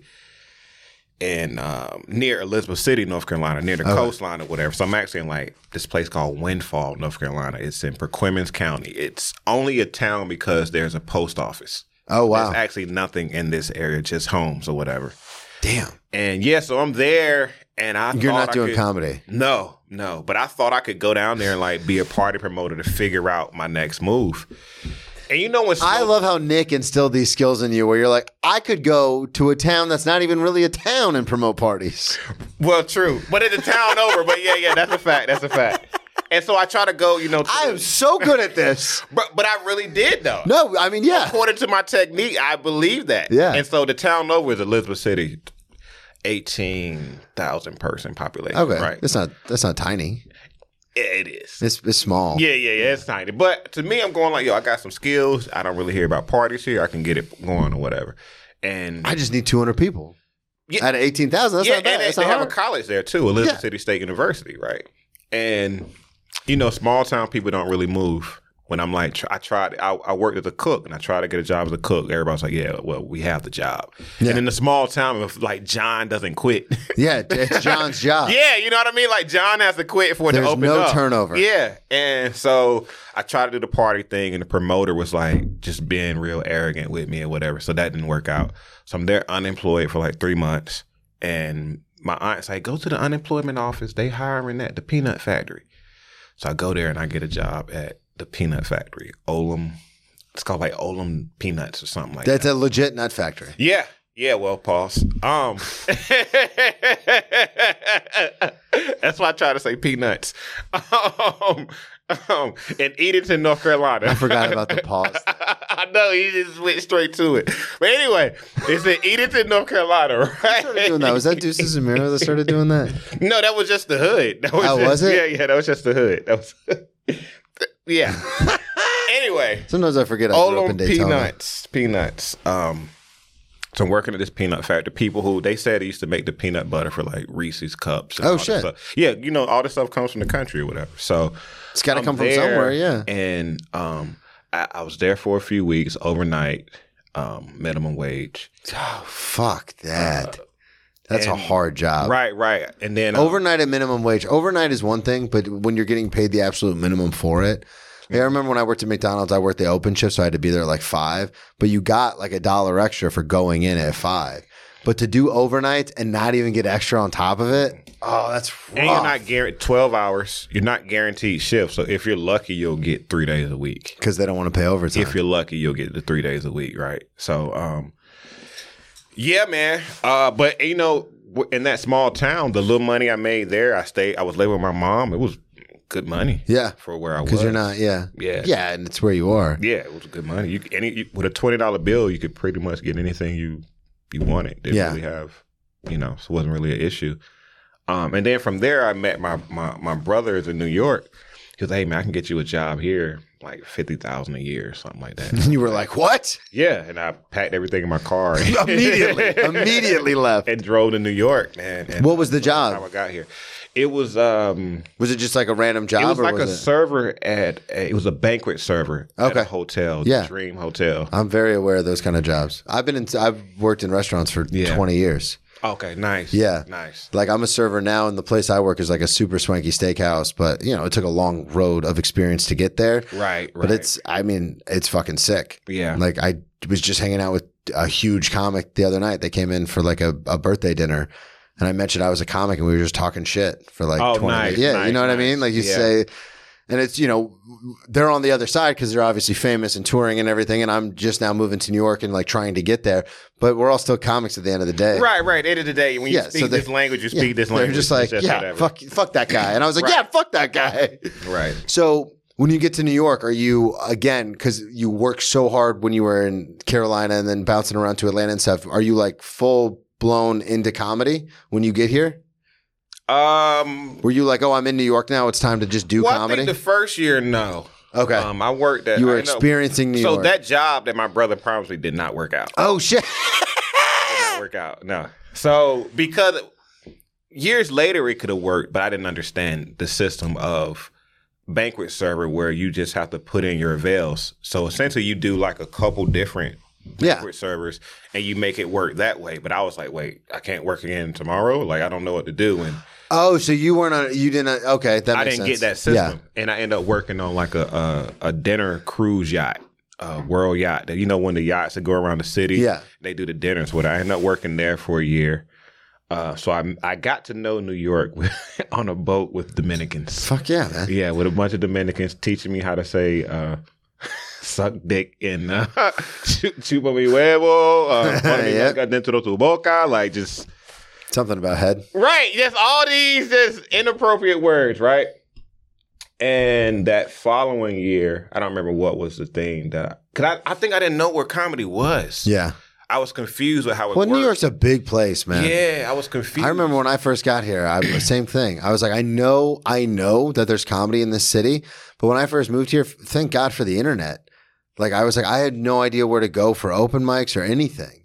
[SPEAKER 4] in um, near Elizabeth City, North Carolina, near the coastline or whatever. So I'm actually in like this place called Windfall, North Carolina. It's in Perquimans County. It's only a town because there's a post office.
[SPEAKER 3] Oh wow,
[SPEAKER 4] There's actually nothing in this area, just homes or whatever.
[SPEAKER 3] damn,
[SPEAKER 4] And yeah, so I'm there, and I
[SPEAKER 3] you're
[SPEAKER 4] thought
[SPEAKER 3] not
[SPEAKER 4] I
[SPEAKER 3] doing
[SPEAKER 4] could-
[SPEAKER 3] comedy.
[SPEAKER 4] no, no. But I thought I could go down there and like be a party promoter to figure out my next move. And you know when
[SPEAKER 3] I
[SPEAKER 4] Snoop-
[SPEAKER 3] love how Nick instilled these skills in you, where you're like, I could go to a town that's not even really a town and promote parties.
[SPEAKER 4] well, true, but in the town over. But yeah, yeah, that's a fact. That's a fact. and so I try to go, you know, to
[SPEAKER 3] I am
[SPEAKER 4] the-
[SPEAKER 3] so good at this.
[SPEAKER 4] but, but I really did though.
[SPEAKER 3] No, I mean, yeah.
[SPEAKER 4] according to my technique, I believe that.
[SPEAKER 3] Yeah.
[SPEAKER 4] And so the town over is Elizabeth City, eighteen thousand person population.
[SPEAKER 3] Okay,
[SPEAKER 4] Right.
[SPEAKER 3] that's not that's not tiny.
[SPEAKER 4] Yeah, it is.
[SPEAKER 3] It's it's small.
[SPEAKER 4] yeah, yeah, yeah. It's tiny. But to me, I'm going like, yo, I got some skills. I don't really hear about parties here. I can get it going or whatever. And
[SPEAKER 3] I just need 200 people.
[SPEAKER 4] Yeah.
[SPEAKER 3] Out of 18,000, that's
[SPEAKER 4] yeah,
[SPEAKER 3] not bad.
[SPEAKER 4] and they,
[SPEAKER 3] That's
[SPEAKER 4] they
[SPEAKER 3] not
[SPEAKER 4] have a
[SPEAKER 3] hard.
[SPEAKER 4] college there too, Elizabeth
[SPEAKER 3] Yeah.
[SPEAKER 4] City State University, right? And you know, small town people don't really move. When I'm like, tr- I tried, I, I worked as a cook, and I tried to get a job as a cook. Everybody's like, "Yeah, well, we have the job." And in the small town, if like John doesn't quit,
[SPEAKER 3] yeah, it's John's job.
[SPEAKER 4] yeah, you know what I mean. Like John has to quit for it
[SPEAKER 3] There's
[SPEAKER 4] to open
[SPEAKER 3] no
[SPEAKER 4] up.
[SPEAKER 3] turnover.
[SPEAKER 4] Yeah, and so I tried to do the party thing, and the promoter was like just being real arrogant with me and whatever. So that didn't work out. So I'm there unemployed for like three months, and my aunt's like, "Go to the unemployment office. They hiring at the peanut factory." So I go there and I get a job at the peanut factory, Olam. It's called like Olam Peanuts or something like that.
[SPEAKER 3] That's a legit nut factory.
[SPEAKER 4] Yeah. Yeah, well, pause. Um That's why I try to say peanuts. Um, um, in Edenton, North Carolina.
[SPEAKER 3] I forgot about the pause.
[SPEAKER 4] I know you just went straight to it. But anyway, it's in Edenton, North Carolina,
[SPEAKER 3] Doing that.
[SPEAKER 4] right?
[SPEAKER 3] Was that Deuces and Miro that started doing that?
[SPEAKER 4] No, that was just the hood. That was,
[SPEAKER 3] Oh,
[SPEAKER 4] just,
[SPEAKER 3] was it?
[SPEAKER 4] Yeah, yeah, that was just the hood. That was Yeah. anyway.
[SPEAKER 3] Sometimes I forget I grew
[SPEAKER 4] All
[SPEAKER 3] up
[SPEAKER 4] on
[SPEAKER 3] in Daytona.
[SPEAKER 4] peanuts, peanuts. Um, so I'm working at this peanut factory. People who they said they used to make the peanut butter for like Reese's cups. And
[SPEAKER 3] Oh,
[SPEAKER 4] all this
[SPEAKER 3] shit.
[SPEAKER 4] stuff. Yeah, you know all this stuff comes from the country or whatever. So
[SPEAKER 3] It's got to
[SPEAKER 4] I'm
[SPEAKER 3] come from
[SPEAKER 4] there,
[SPEAKER 3] somewhere, yeah.
[SPEAKER 4] And um, I, I was there for a few weeks overnight, um, minimum wage.
[SPEAKER 3] Oh, fuck that. That's a
[SPEAKER 4] and-
[SPEAKER 3] hard job.
[SPEAKER 4] right, right. And then um,
[SPEAKER 3] Overnight at minimum wage. Overnight is one thing, but when you're getting paid the absolute minimum for it. Like, I remember when I worked at McDonald's, I worked the open shift, so I had to be there at like five, but you got like a dollar extra for going in at five. But to do overnight and not even get extra on top of it, oh, that's rough.
[SPEAKER 4] and you're not guaranteed twelve hours. You're not guaranteed shifts. So if you're lucky, you'll get three days a week.
[SPEAKER 3] because they don't want to pay overtime.
[SPEAKER 4] if you're lucky, you'll get the three days a week, right? So, um, yeah, man. Uh, but you know, w- in that small town, the little money I made there, I stayed. I was living with my mom. It was good money.
[SPEAKER 3] Yeah.
[SPEAKER 4] for where I was.
[SPEAKER 3] Because you're not, yeah,
[SPEAKER 4] Yeah.
[SPEAKER 3] yeah, and it's where you are.
[SPEAKER 4] Yeah, it was good money. You any you, with a twenty dollar bill, you could pretty much get anything you you wanted. Didn't
[SPEAKER 3] Yeah.
[SPEAKER 4] really have, you know, so it wasn't really an issue. Um, and then from there, I met my my my brothers in New York. He was, hey man, I can get you a job here, like fifty thousand a year or something like that.
[SPEAKER 3] And you were like, what?
[SPEAKER 4] Yeah, and I packed everything in my car and,
[SPEAKER 3] Immediately, immediately left.
[SPEAKER 4] and drove to New York, man. And
[SPEAKER 3] What was the
[SPEAKER 4] how I
[SPEAKER 3] job?
[SPEAKER 4] got here? It was um,
[SPEAKER 3] Was it just like a random job?
[SPEAKER 4] it was
[SPEAKER 3] or
[SPEAKER 4] like a
[SPEAKER 3] was it?
[SPEAKER 4] server at a, it was a banquet server at
[SPEAKER 3] Okay.
[SPEAKER 4] a hotel,
[SPEAKER 3] Yeah.
[SPEAKER 4] Dream Hotel.
[SPEAKER 3] I'm very aware of those kind of jobs. I've been in, I've worked in restaurants for
[SPEAKER 4] Yeah.
[SPEAKER 3] 20 years.
[SPEAKER 4] Okay, nice.
[SPEAKER 3] Yeah.
[SPEAKER 4] nice.
[SPEAKER 3] Like I'm a server now, and the place I work is like a super swanky steakhouse. But you know, it took a long road of experience to get there.
[SPEAKER 4] Right, right.
[SPEAKER 3] But it's, I mean, it's fucking sick.
[SPEAKER 4] Yeah.
[SPEAKER 3] Like I was just hanging out with a huge comic the other night. They came in for like a, a birthday dinner. And I mentioned I was a comic and we were just talking shit for like
[SPEAKER 4] Oh,
[SPEAKER 3] 20
[SPEAKER 4] nice,
[SPEAKER 3] minutes. Yeah.
[SPEAKER 4] nice,
[SPEAKER 3] you know what I
[SPEAKER 4] nice.
[SPEAKER 3] mean? Like you
[SPEAKER 4] Yeah.
[SPEAKER 3] say, and it's, you know, they're on the other side because they're obviously famous and touring and everything. And I'm just now moving to New York and like trying to get there. But we're all still comics at the end of the day.
[SPEAKER 4] right, right. End of the day, when you
[SPEAKER 3] Yeah, so
[SPEAKER 4] speak
[SPEAKER 3] they-
[SPEAKER 4] this language, you
[SPEAKER 3] Yeah,
[SPEAKER 4] speak this language.
[SPEAKER 3] They're just
[SPEAKER 4] It's
[SPEAKER 3] like, yeah,
[SPEAKER 4] whatever.
[SPEAKER 3] fuck, fuck that guy. And I was like,
[SPEAKER 4] Right.
[SPEAKER 3] yeah, fuck that guy.
[SPEAKER 4] Right.
[SPEAKER 3] So when you get to New York, are you again because you worked so hard when you were in Carolina and then bouncing around to Atlanta and stuff? Are you like full blown into comedy when you get here?
[SPEAKER 4] Um.
[SPEAKER 3] Were you like, oh, I'm in New York now. It's time to just do
[SPEAKER 4] Well, I
[SPEAKER 3] comedy?
[SPEAKER 4] think the first year, no.
[SPEAKER 3] okay,
[SPEAKER 4] Um, I worked at
[SPEAKER 3] you were
[SPEAKER 4] I know-
[SPEAKER 3] experiencing New
[SPEAKER 4] so
[SPEAKER 3] York.
[SPEAKER 4] that job that my brother promised me did not work out.
[SPEAKER 3] oh shit.
[SPEAKER 4] did not work out. No. So because years later it could have worked, but I didn't understand the system of banquet server where you just have to put in your avails. So essentially you do like a couple different
[SPEAKER 3] yeah,
[SPEAKER 4] banquet servers and you make it work that way. But I was like, wait, I can't work again tomorrow. Like I don't know what to do. And
[SPEAKER 3] Oh, so you weren't on. You didn't. uh, Okay, that
[SPEAKER 4] I
[SPEAKER 3] makes
[SPEAKER 4] didn't
[SPEAKER 3] sense.
[SPEAKER 4] get that system. And I ended up working on like a a, a dinner cruise yacht. A world yacht, you know, when the yachts that go around the city,
[SPEAKER 3] Yeah.
[SPEAKER 4] they do the dinners. What I ended up working there for a year, uh, so I I got to know New York on a boat with Dominicans.
[SPEAKER 3] Fuck yeah, man.
[SPEAKER 4] Yeah, with a bunch of Dominicans teaching me how to say uh, suck dick and uh, chu- chupa mi huevo, uh, ponme
[SPEAKER 3] Yep.
[SPEAKER 4] boca dentro tu boca, like just
[SPEAKER 3] Something about head.
[SPEAKER 4] Right. Just all these just inappropriate words, right? And that following year, I don't remember what was the thing that because I, I think I didn't know where comedy was.
[SPEAKER 3] Yeah.
[SPEAKER 4] I was confused with how it
[SPEAKER 3] Well, New
[SPEAKER 4] worked.
[SPEAKER 3] York's a big place, man.
[SPEAKER 4] yeah, I was confused.
[SPEAKER 3] I remember when I first got here, I same thing. I was like, I know, I know that there's comedy in this city, but when I first moved here, thank God for the internet. Like I was like, I had no idea where to go for open mics or anything.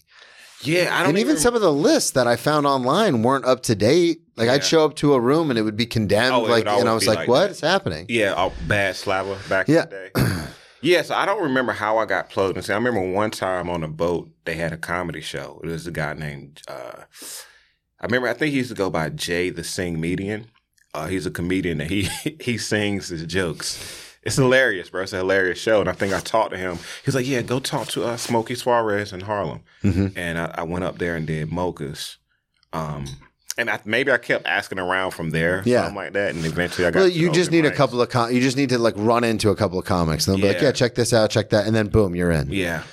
[SPEAKER 4] Yeah, I don't
[SPEAKER 3] And even some of the lists that I found online weren't up to date. Like I'd
[SPEAKER 4] Yeah.
[SPEAKER 3] show up to a room and it would be condemned.
[SPEAKER 4] Oh, it
[SPEAKER 3] like,
[SPEAKER 4] would always
[SPEAKER 3] and I was
[SPEAKER 4] be
[SPEAKER 3] like,
[SPEAKER 4] like
[SPEAKER 3] what
[SPEAKER 4] that.
[SPEAKER 3] is happening?
[SPEAKER 4] Yeah, oh, bad slapper back
[SPEAKER 3] Yeah.
[SPEAKER 4] in the day. Yeah, so I don't remember how I got plugged in. See, I remember one time on a boat they had a comedy show. It was a guy named uh, I remember I think he used to go by Jay the Sing Median. Uh, he's a comedian and he he sings his jokes. It's hilarious, bro. It's a hilarious show. And I think I talked to him. He was like, Yeah, go talk to uh, Smokey Suarez in Harlem.
[SPEAKER 3] Mm-hmm.
[SPEAKER 4] And I, I went up there and did mochas. Um, and I, maybe I kept asking around from there,
[SPEAKER 3] Yeah.
[SPEAKER 4] something like that. And eventually I got
[SPEAKER 3] Well,
[SPEAKER 4] to
[SPEAKER 3] you
[SPEAKER 4] the
[SPEAKER 3] just
[SPEAKER 4] open
[SPEAKER 3] need a
[SPEAKER 4] mics.
[SPEAKER 3] couple of com- you just need to like run into a couple of comics. And they'll be like,
[SPEAKER 4] Yeah.
[SPEAKER 3] yeah, check this out, check that, and then boom, you're in.
[SPEAKER 4] Yeah.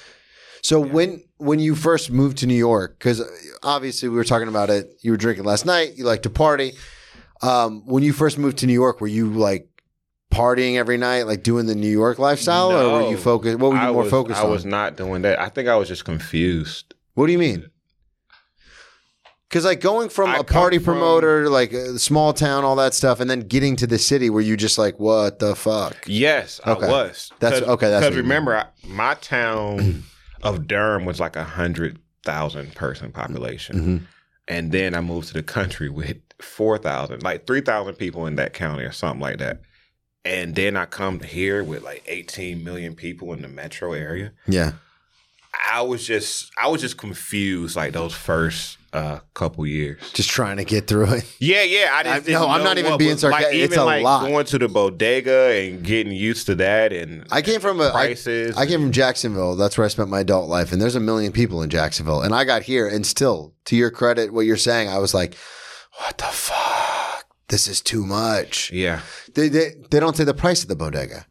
[SPEAKER 3] So when when you first moved to New York, because obviously we were talking about it, you were drinking last night. You like to party. Um, when you first moved to New York, were you like partying every night, like doing the New York lifestyle, or were
[SPEAKER 4] No.
[SPEAKER 3] you focused? What were you
[SPEAKER 4] I
[SPEAKER 3] more
[SPEAKER 4] was,
[SPEAKER 3] focused
[SPEAKER 4] I
[SPEAKER 3] on?
[SPEAKER 4] was not doing that. I think I was just confused.
[SPEAKER 3] what do you mean? Because like going from
[SPEAKER 4] I
[SPEAKER 3] a
[SPEAKER 4] come
[SPEAKER 3] party
[SPEAKER 4] from-
[SPEAKER 3] promoter, like a small town, all that stuff, and then getting to the city where you just like, what the fuck?
[SPEAKER 4] Yes,
[SPEAKER 3] Okay.
[SPEAKER 4] I was.
[SPEAKER 3] That's- okay, that's what
[SPEAKER 4] because
[SPEAKER 3] you mean.
[SPEAKER 4] remember, I, my town of Durham was like a hundred thousand person population,
[SPEAKER 3] Mm-hmm.
[SPEAKER 4] and then I moved to the country with four thousand, like three thousand people in that county or something like that. And then I come here with like 18 million people in the metro area.
[SPEAKER 3] Yeah.
[SPEAKER 4] I was just, I was just confused like those first uh, couple years.
[SPEAKER 3] Just trying to get through it.
[SPEAKER 4] Yeah, yeah. I just
[SPEAKER 3] I-
[SPEAKER 4] didn't
[SPEAKER 3] no, I'm
[SPEAKER 4] know
[SPEAKER 3] not even
[SPEAKER 4] what
[SPEAKER 3] being
[SPEAKER 4] was- like,
[SPEAKER 3] sarcastic. It's
[SPEAKER 4] even
[SPEAKER 3] a
[SPEAKER 4] like
[SPEAKER 3] lot.
[SPEAKER 4] Going to the bodega and getting used to that, and
[SPEAKER 3] I came from a I-
[SPEAKER 4] prices.
[SPEAKER 3] I came from Jacksonville. That's where I spent my adult life. And there's a million people in Jacksonville. And I got here, and still, to your credit, what you're saying, I was like, what the fuck? This is too much.
[SPEAKER 4] yeah,
[SPEAKER 3] They, they, they don't say the price of the bodega.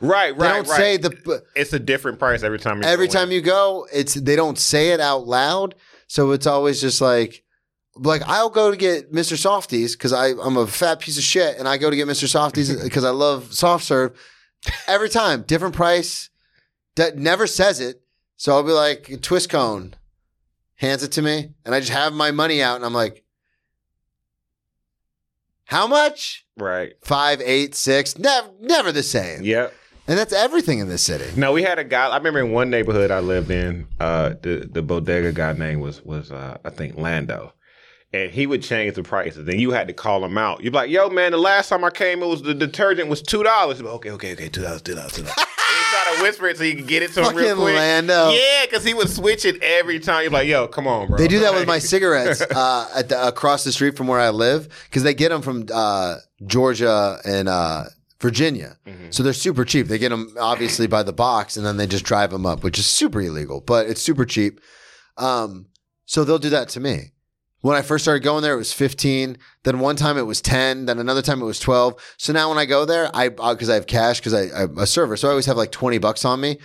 [SPEAKER 4] right, right.
[SPEAKER 3] They don't
[SPEAKER 4] right.
[SPEAKER 3] say the
[SPEAKER 4] It's a different price every time. You
[SPEAKER 3] every
[SPEAKER 4] go
[SPEAKER 3] time
[SPEAKER 4] in.
[SPEAKER 3] you go. It's they don't say it out loud, so it's always just like like I'll go to get Mr. Softies because I I'm a fat piece of shit, and I go to get Mr. Softies because I love soft serve. Every time, different price. That never says it. So I'll be like twist cone, hands it to me, and I just have my money out, and I'm like, how much?
[SPEAKER 4] right.
[SPEAKER 3] Five, eight, six. Never, never the same.
[SPEAKER 4] Yep.
[SPEAKER 3] And that's everything in this city.
[SPEAKER 4] No, we had a guy. I remember in one neighborhood I lived in, uh, the the bodega guy name was was uh, I think Lando, and he would change the prices. Then you had to call him out. You'd be like, "Yo, man, the last time I came, it was the detergent was two dollars." Okay, okay, okay, two dollars, two dollars, two dollars. He tried to whisper it so you could get it to him real
[SPEAKER 3] Fucking
[SPEAKER 4] quick.
[SPEAKER 3] Lando.
[SPEAKER 4] Yeah, because he would switch it every time. You're like, "Yo, come on, bro."
[SPEAKER 3] They do that with my
[SPEAKER 4] Like,
[SPEAKER 3] cigarettes uh, at the, across the street from where I live because they get them from uh, Georgia and uh, Virginia. So they're super cheap. They get them obviously by the box and then they just drive them up, which is super illegal, but it's super cheap. Um, so they'll do that to me. When I first started going there, it was 15. Then one time it was 10. Then another time it was 12. So now when I go there, I because I have cash because I, I'm a server, so I always have like 20 bucks on me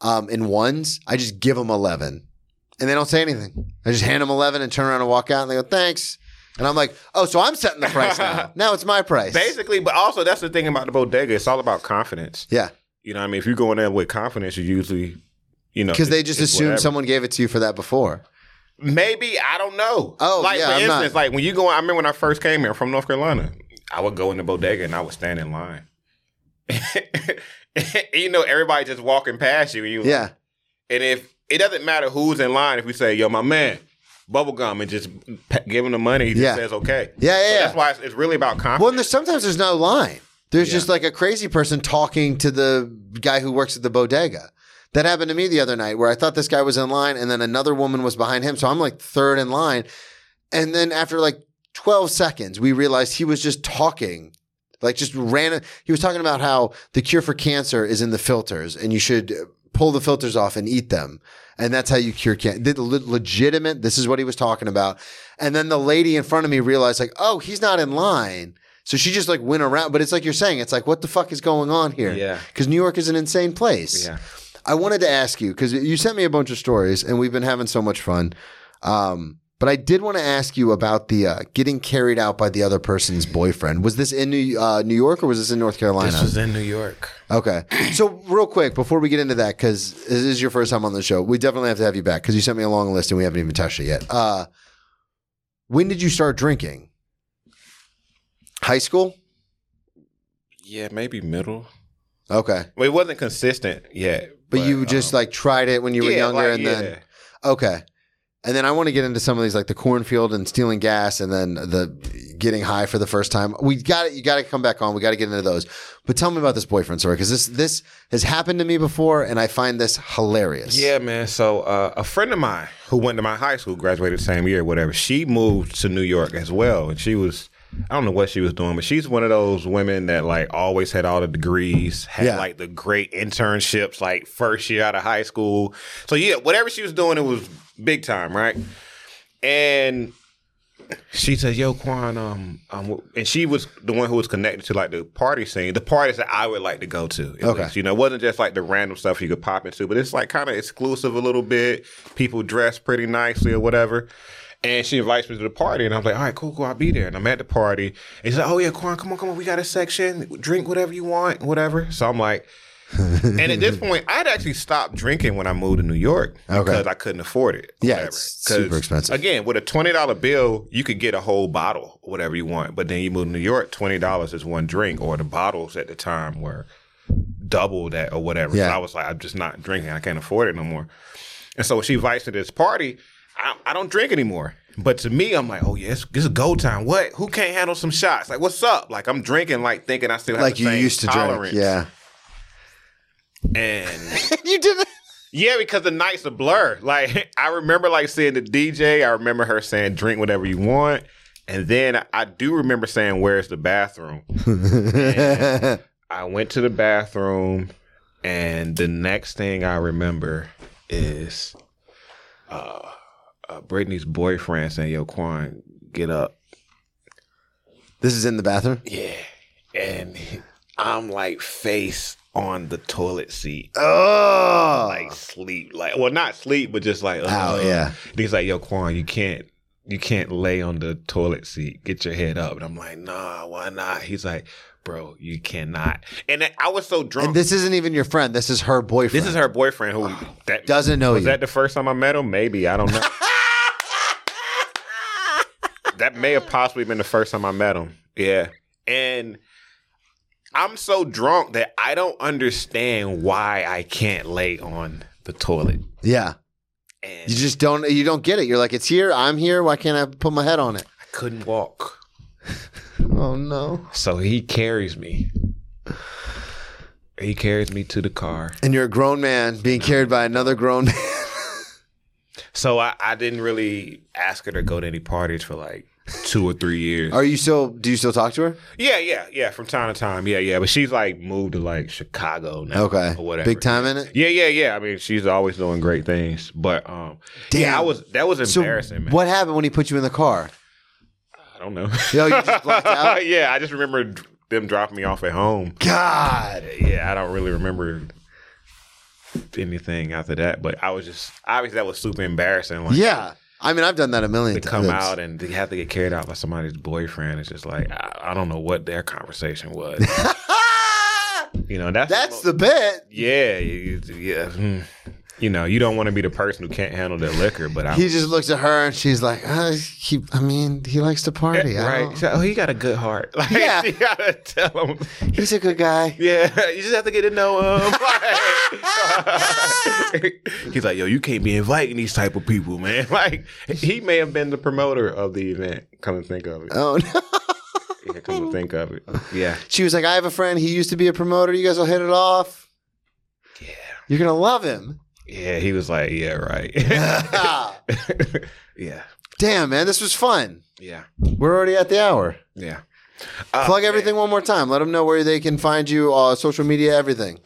[SPEAKER 3] um, in ones. I just give them 11 and they don't say anything. I just hand them 11 and turn around and walk out and they go, thanks. And I'm like, oh, so I'm setting the price now. now it's my price.
[SPEAKER 4] Basically, but also that's the thing about the bodega. It's all about confidence.
[SPEAKER 3] Yeah.
[SPEAKER 4] You know, what I mean, if you go in there with confidence, you usually, you know,
[SPEAKER 3] Because they
[SPEAKER 4] it's-
[SPEAKER 3] just
[SPEAKER 4] it's
[SPEAKER 3] assume
[SPEAKER 4] whatever.
[SPEAKER 3] someone gave it to you for that before.
[SPEAKER 4] Maybe I don't know.
[SPEAKER 3] Oh,
[SPEAKER 4] like
[SPEAKER 3] yeah,
[SPEAKER 4] for
[SPEAKER 3] I'm not-
[SPEAKER 4] instance, like when you go, I remember when I first came here from North Carolina, I would go in the bodega and I would stand in line. you know, everybody just walking past you. And you
[SPEAKER 3] Yeah.
[SPEAKER 4] and if it doesn't matter who's in line, if we say, "Yo, my man, bubble gum," and just pa- give him the money, he just
[SPEAKER 3] Yeah.
[SPEAKER 4] says, "Okay."
[SPEAKER 3] Yeah, yeah,
[SPEAKER 4] So
[SPEAKER 3] yeah.
[SPEAKER 4] That's why it's, it's really about confidence.
[SPEAKER 3] Well, and there's, sometimes there's no line. There's
[SPEAKER 4] Yeah.
[SPEAKER 3] just like a crazy person talking to the guy who works at the bodega. That happened to me the other night where I thought this guy was in line and then another woman was behind him. So I'm like third in line. And then after like 12 seconds, we realized he was just talking. Like just ran. He was talking about how the cure for cancer is in the filters and you should uh, pull the filters off and eat them. And that's how you cure cancer. The le- legitimate, this is what he was talking about. And then the lady in front of me realized like, oh, he's not in line. So she just like went around. But it's like you're saying, it's like, what the fuck is going on here?
[SPEAKER 4] Yeah.
[SPEAKER 3] Because New York is an insane place.
[SPEAKER 4] Yeah.
[SPEAKER 3] I wanted to ask you because you sent me a bunch of stories and we've been having so much fun. Um, But I did want to ask you about the uh, getting carried out by the other person's boyfriend. Was this in New, uh, New York or was this in North Carolina?
[SPEAKER 4] This was in New York.
[SPEAKER 3] Okay. So, real quick, before we get into that, because this is your first time on the show, we definitely have to have you back because you sent me a long list and we haven't even touched it yet. Uh, when did you start drinking? High school?
[SPEAKER 4] Yeah, maybe middle.
[SPEAKER 3] Okay.
[SPEAKER 4] Well, it wasn't consistent yet.
[SPEAKER 3] But, you just
[SPEAKER 4] um,
[SPEAKER 3] like tried it when you were
[SPEAKER 4] yeah,
[SPEAKER 3] younger
[SPEAKER 4] like,
[SPEAKER 3] and
[SPEAKER 4] yeah.
[SPEAKER 3] then. Okay. And then I want to get into some of these, like the cornfield and stealing gas, and then the getting high for the first time. We got it. You got to come back on. We got to get into those. But tell me about this boyfriend story because this this has happened to me before, and I find this hilarious.
[SPEAKER 4] Yeah, man. So uh, a friend of mine who went to my high school, graduated the same year, whatever. She moved to New York as well, and she was. I don't know what she was doing, but she's one of those women that like always had all the degrees, had
[SPEAKER 3] Yeah.
[SPEAKER 4] like the great internships, like first year out of high school. So yeah, whatever she was doing, it was big time, right? And she says, "Yo, Quan," um, um, and she was the one who was connected to like the party scene, the parties that I would like to go to. at
[SPEAKER 3] Okay.
[SPEAKER 4] least, you know, it wasn't just like the random stuff you could pop into, but it's like kind of exclusive a little bit. People dress pretty nicely or whatever. And she invites me to the party, and I'm like, "All right, cool, cool, I'll be there." And I'm at the party, and she's like, "Oh yeah, Quan, come on, come on, we got a section, drink whatever you want, whatever." So I'm like, and at this point, I'd actually stopped drinking when I moved to New York
[SPEAKER 3] Okay.
[SPEAKER 4] because I couldn't afford it.
[SPEAKER 3] Yeah,
[SPEAKER 4] whatever.
[SPEAKER 3] it's
[SPEAKER 4] 'Cause,
[SPEAKER 3] super expensive.
[SPEAKER 4] Again, with a twenty dollar bill, you could get a whole bottle, whatever you want. But then you move to New York, twenty dollars is one drink, or the bottles at the time were double that or whatever.
[SPEAKER 3] Yeah.
[SPEAKER 4] So I was like, I'm just not drinking. I can't afford it no more. And so when she invites me to this party, I, I don't drink anymore. But to me, I'm like, oh yeah, it's, this is go time. What? Who can't handle some shots? Like, what's up? Like, I'm drinking, like thinking I still have
[SPEAKER 3] like
[SPEAKER 4] the
[SPEAKER 3] you
[SPEAKER 4] same
[SPEAKER 3] used to
[SPEAKER 4] tolerance.
[SPEAKER 3] drink. Yeah.
[SPEAKER 4] And
[SPEAKER 3] you did it.
[SPEAKER 4] Yeah, because the night's a blur. Like I remember like seeing the DJ. I remember her saying drink whatever you want. And then I do remember saying, Where's the bathroom? And I went to the bathroom and the next thing I remember is uh, uh Brittany's boyfriend saying, Yo, Quan, get up.
[SPEAKER 3] This is in the bathroom.
[SPEAKER 4] Yeah. And I'm like face on the toilet seat.
[SPEAKER 3] Oh,
[SPEAKER 4] like sleep, like well, not sleep, but just like
[SPEAKER 3] Out,
[SPEAKER 4] uh,
[SPEAKER 3] yeah.
[SPEAKER 4] And he's like, "Yo, Quan, you can't, you can't lay on the toilet seat. Get your head up." And I'm like, "Nah, why not?" He's like, "Bro, you cannot." And I- I was so drunk.
[SPEAKER 3] and this Ah, isn't even your friend. This is her boyfriend.
[SPEAKER 4] This is her boyfriend who that
[SPEAKER 3] Doesn't know
[SPEAKER 4] was
[SPEAKER 3] you.
[SPEAKER 4] that the first time I met him? Maybe I don't know. that may have possibly been the first time I met him. Yeah, and I'm so drunk that I don't understand why I can't lay on the toilet.
[SPEAKER 3] yeah,
[SPEAKER 4] And
[SPEAKER 3] you just don't. You don't get it. You're like, it's here. I'm here. Why can't I put my head on it?
[SPEAKER 4] I couldn't walk,
[SPEAKER 3] Oh no.
[SPEAKER 4] so he carries me. He carries me to the car.
[SPEAKER 3] And you're a grown man being carried by another grown man.
[SPEAKER 4] So I, I didn't really ask her to go to any parties for like two or three years.
[SPEAKER 3] Are you still? Do you still talk to her?
[SPEAKER 4] Yeah, yeah, yeah. From time to time, yeah, yeah. But she's like moved to like Chicago now,
[SPEAKER 3] Okay.
[SPEAKER 4] or Oh, whatever.
[SPEAKER 3] Big time in it.
[SPEAKER 4] Yeah, yeah, yeah. I mean, she's always doing great things. But um,
[SPEAKER 3] Damn.
[SPEAKER 4] yeah, I was that was
[SPEAKER 3] So
[SPEAKER 4] embarrassing, man.
[SPEAKER 3] what happened when he put you in the car?
[SPEAKER 4] I don't know.
[SPEAKER 3] Yo, you just blacked out?
[SPEAKER 4] yeah, I just remember d- them dropping me off at home.
[SPEAKER 3] God.
[SPEAKER 4] Yeah, I don't really remember anything after that. But I was just obviously that was super embarrassing. Like,
[SPEAKER 3] Yeah. I mean, I've done that a million
[SPEAKER 4] to
[SPEAKER 3] times.
[SPEAKER 4] come out and to have to get carried out by somebody's boyfriend. It's just like I, I don't know what their conversation was. you know, that's
[SPEAKER 3] Ah! That's the bit.
[SPEAKER 4] Yeah, you- you- yeah. hmm. You know, you don't want to be the person who can't handle their liquor, but I'm
[SPEAKER 3] He just looks at her and she's like, uh, he, I mean, he likes to party. I
[SPEAKER 4] right.
[SPEAKER 3] don't-
[SPEAKER 4] He's like, oh, he got a good heart. Like,
[SPEAKER 3] Yeah.
[SPEAKER 4] you gotta tell him.
[SPEAKER 3] He's a good guy.
[SPEAKER 4] Yeah, you just have to get to know him. Like- he's like, yo, you can't be inviting these type of people, man. Like, he may have been the promoter of the event. Come and think of it.
[SPEAKER 3] Oh, no.
[SPEAKER 4] Yeah, come and think of it. Yeah.
[SPEAKER 3] She was like, I have a friend. He used to be a promoter. You guys will hit it off. Yeah. You're going to love him.
[SPEAKER 4] Yeah, he was like, yeah, right.
[SPEAKER 3] Ah,
[SPEAKER 4] yeah.
[SPEAKER 3] damn, man. This was fun.
[SPEAKER 4] Yeah.
[SPEAKER 3] We're already at the hour.
[SPEAKER 4] Yeah.
[SPEAKER 3] Plug everything one more time. Let them know where they can find you, uh, social media, everything.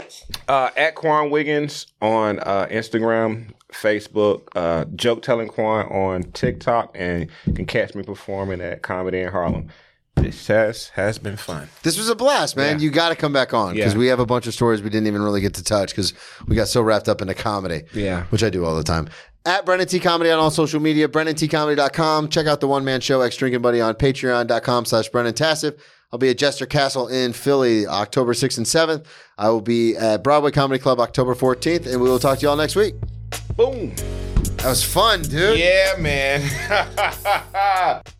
[SPEAKER 4] uh, at Quan Wiggins on uh, Instagram, Facebook, uh, Joke Telling Quan on TikTok, and you can catch me performing at Comedy in Harlem. This has has been fun.
[SPEAKER 3] This was a blast, man.
[SPEAKER 4] Yeah.
[SPEAKER 3] You got to come back on because
[SPEAKER 4] Yeah.
[SPEAKER 3] we have a bunch of stories we didn't even really get to touch because we got so wrapped up into comedy.
[SPEAKER 4] Yeah.
[SPEAKER 3] Which I do all the time. At Brennan T Comedy on all social media, BrennanTComedy.com. Check out the one man show, X Drinking Buddy, on patreon.com slash Brennan Tassif. I'll be at Jester Castle in Philly October 6th and 7th. I will be at Broadway Comedy Club October 14th, and we will talk to y'all next week.
[SPEAKER 4] Boom.
[SPEAKER 3] That was fun, dude.
[SPEAKER 4] Yeah, man.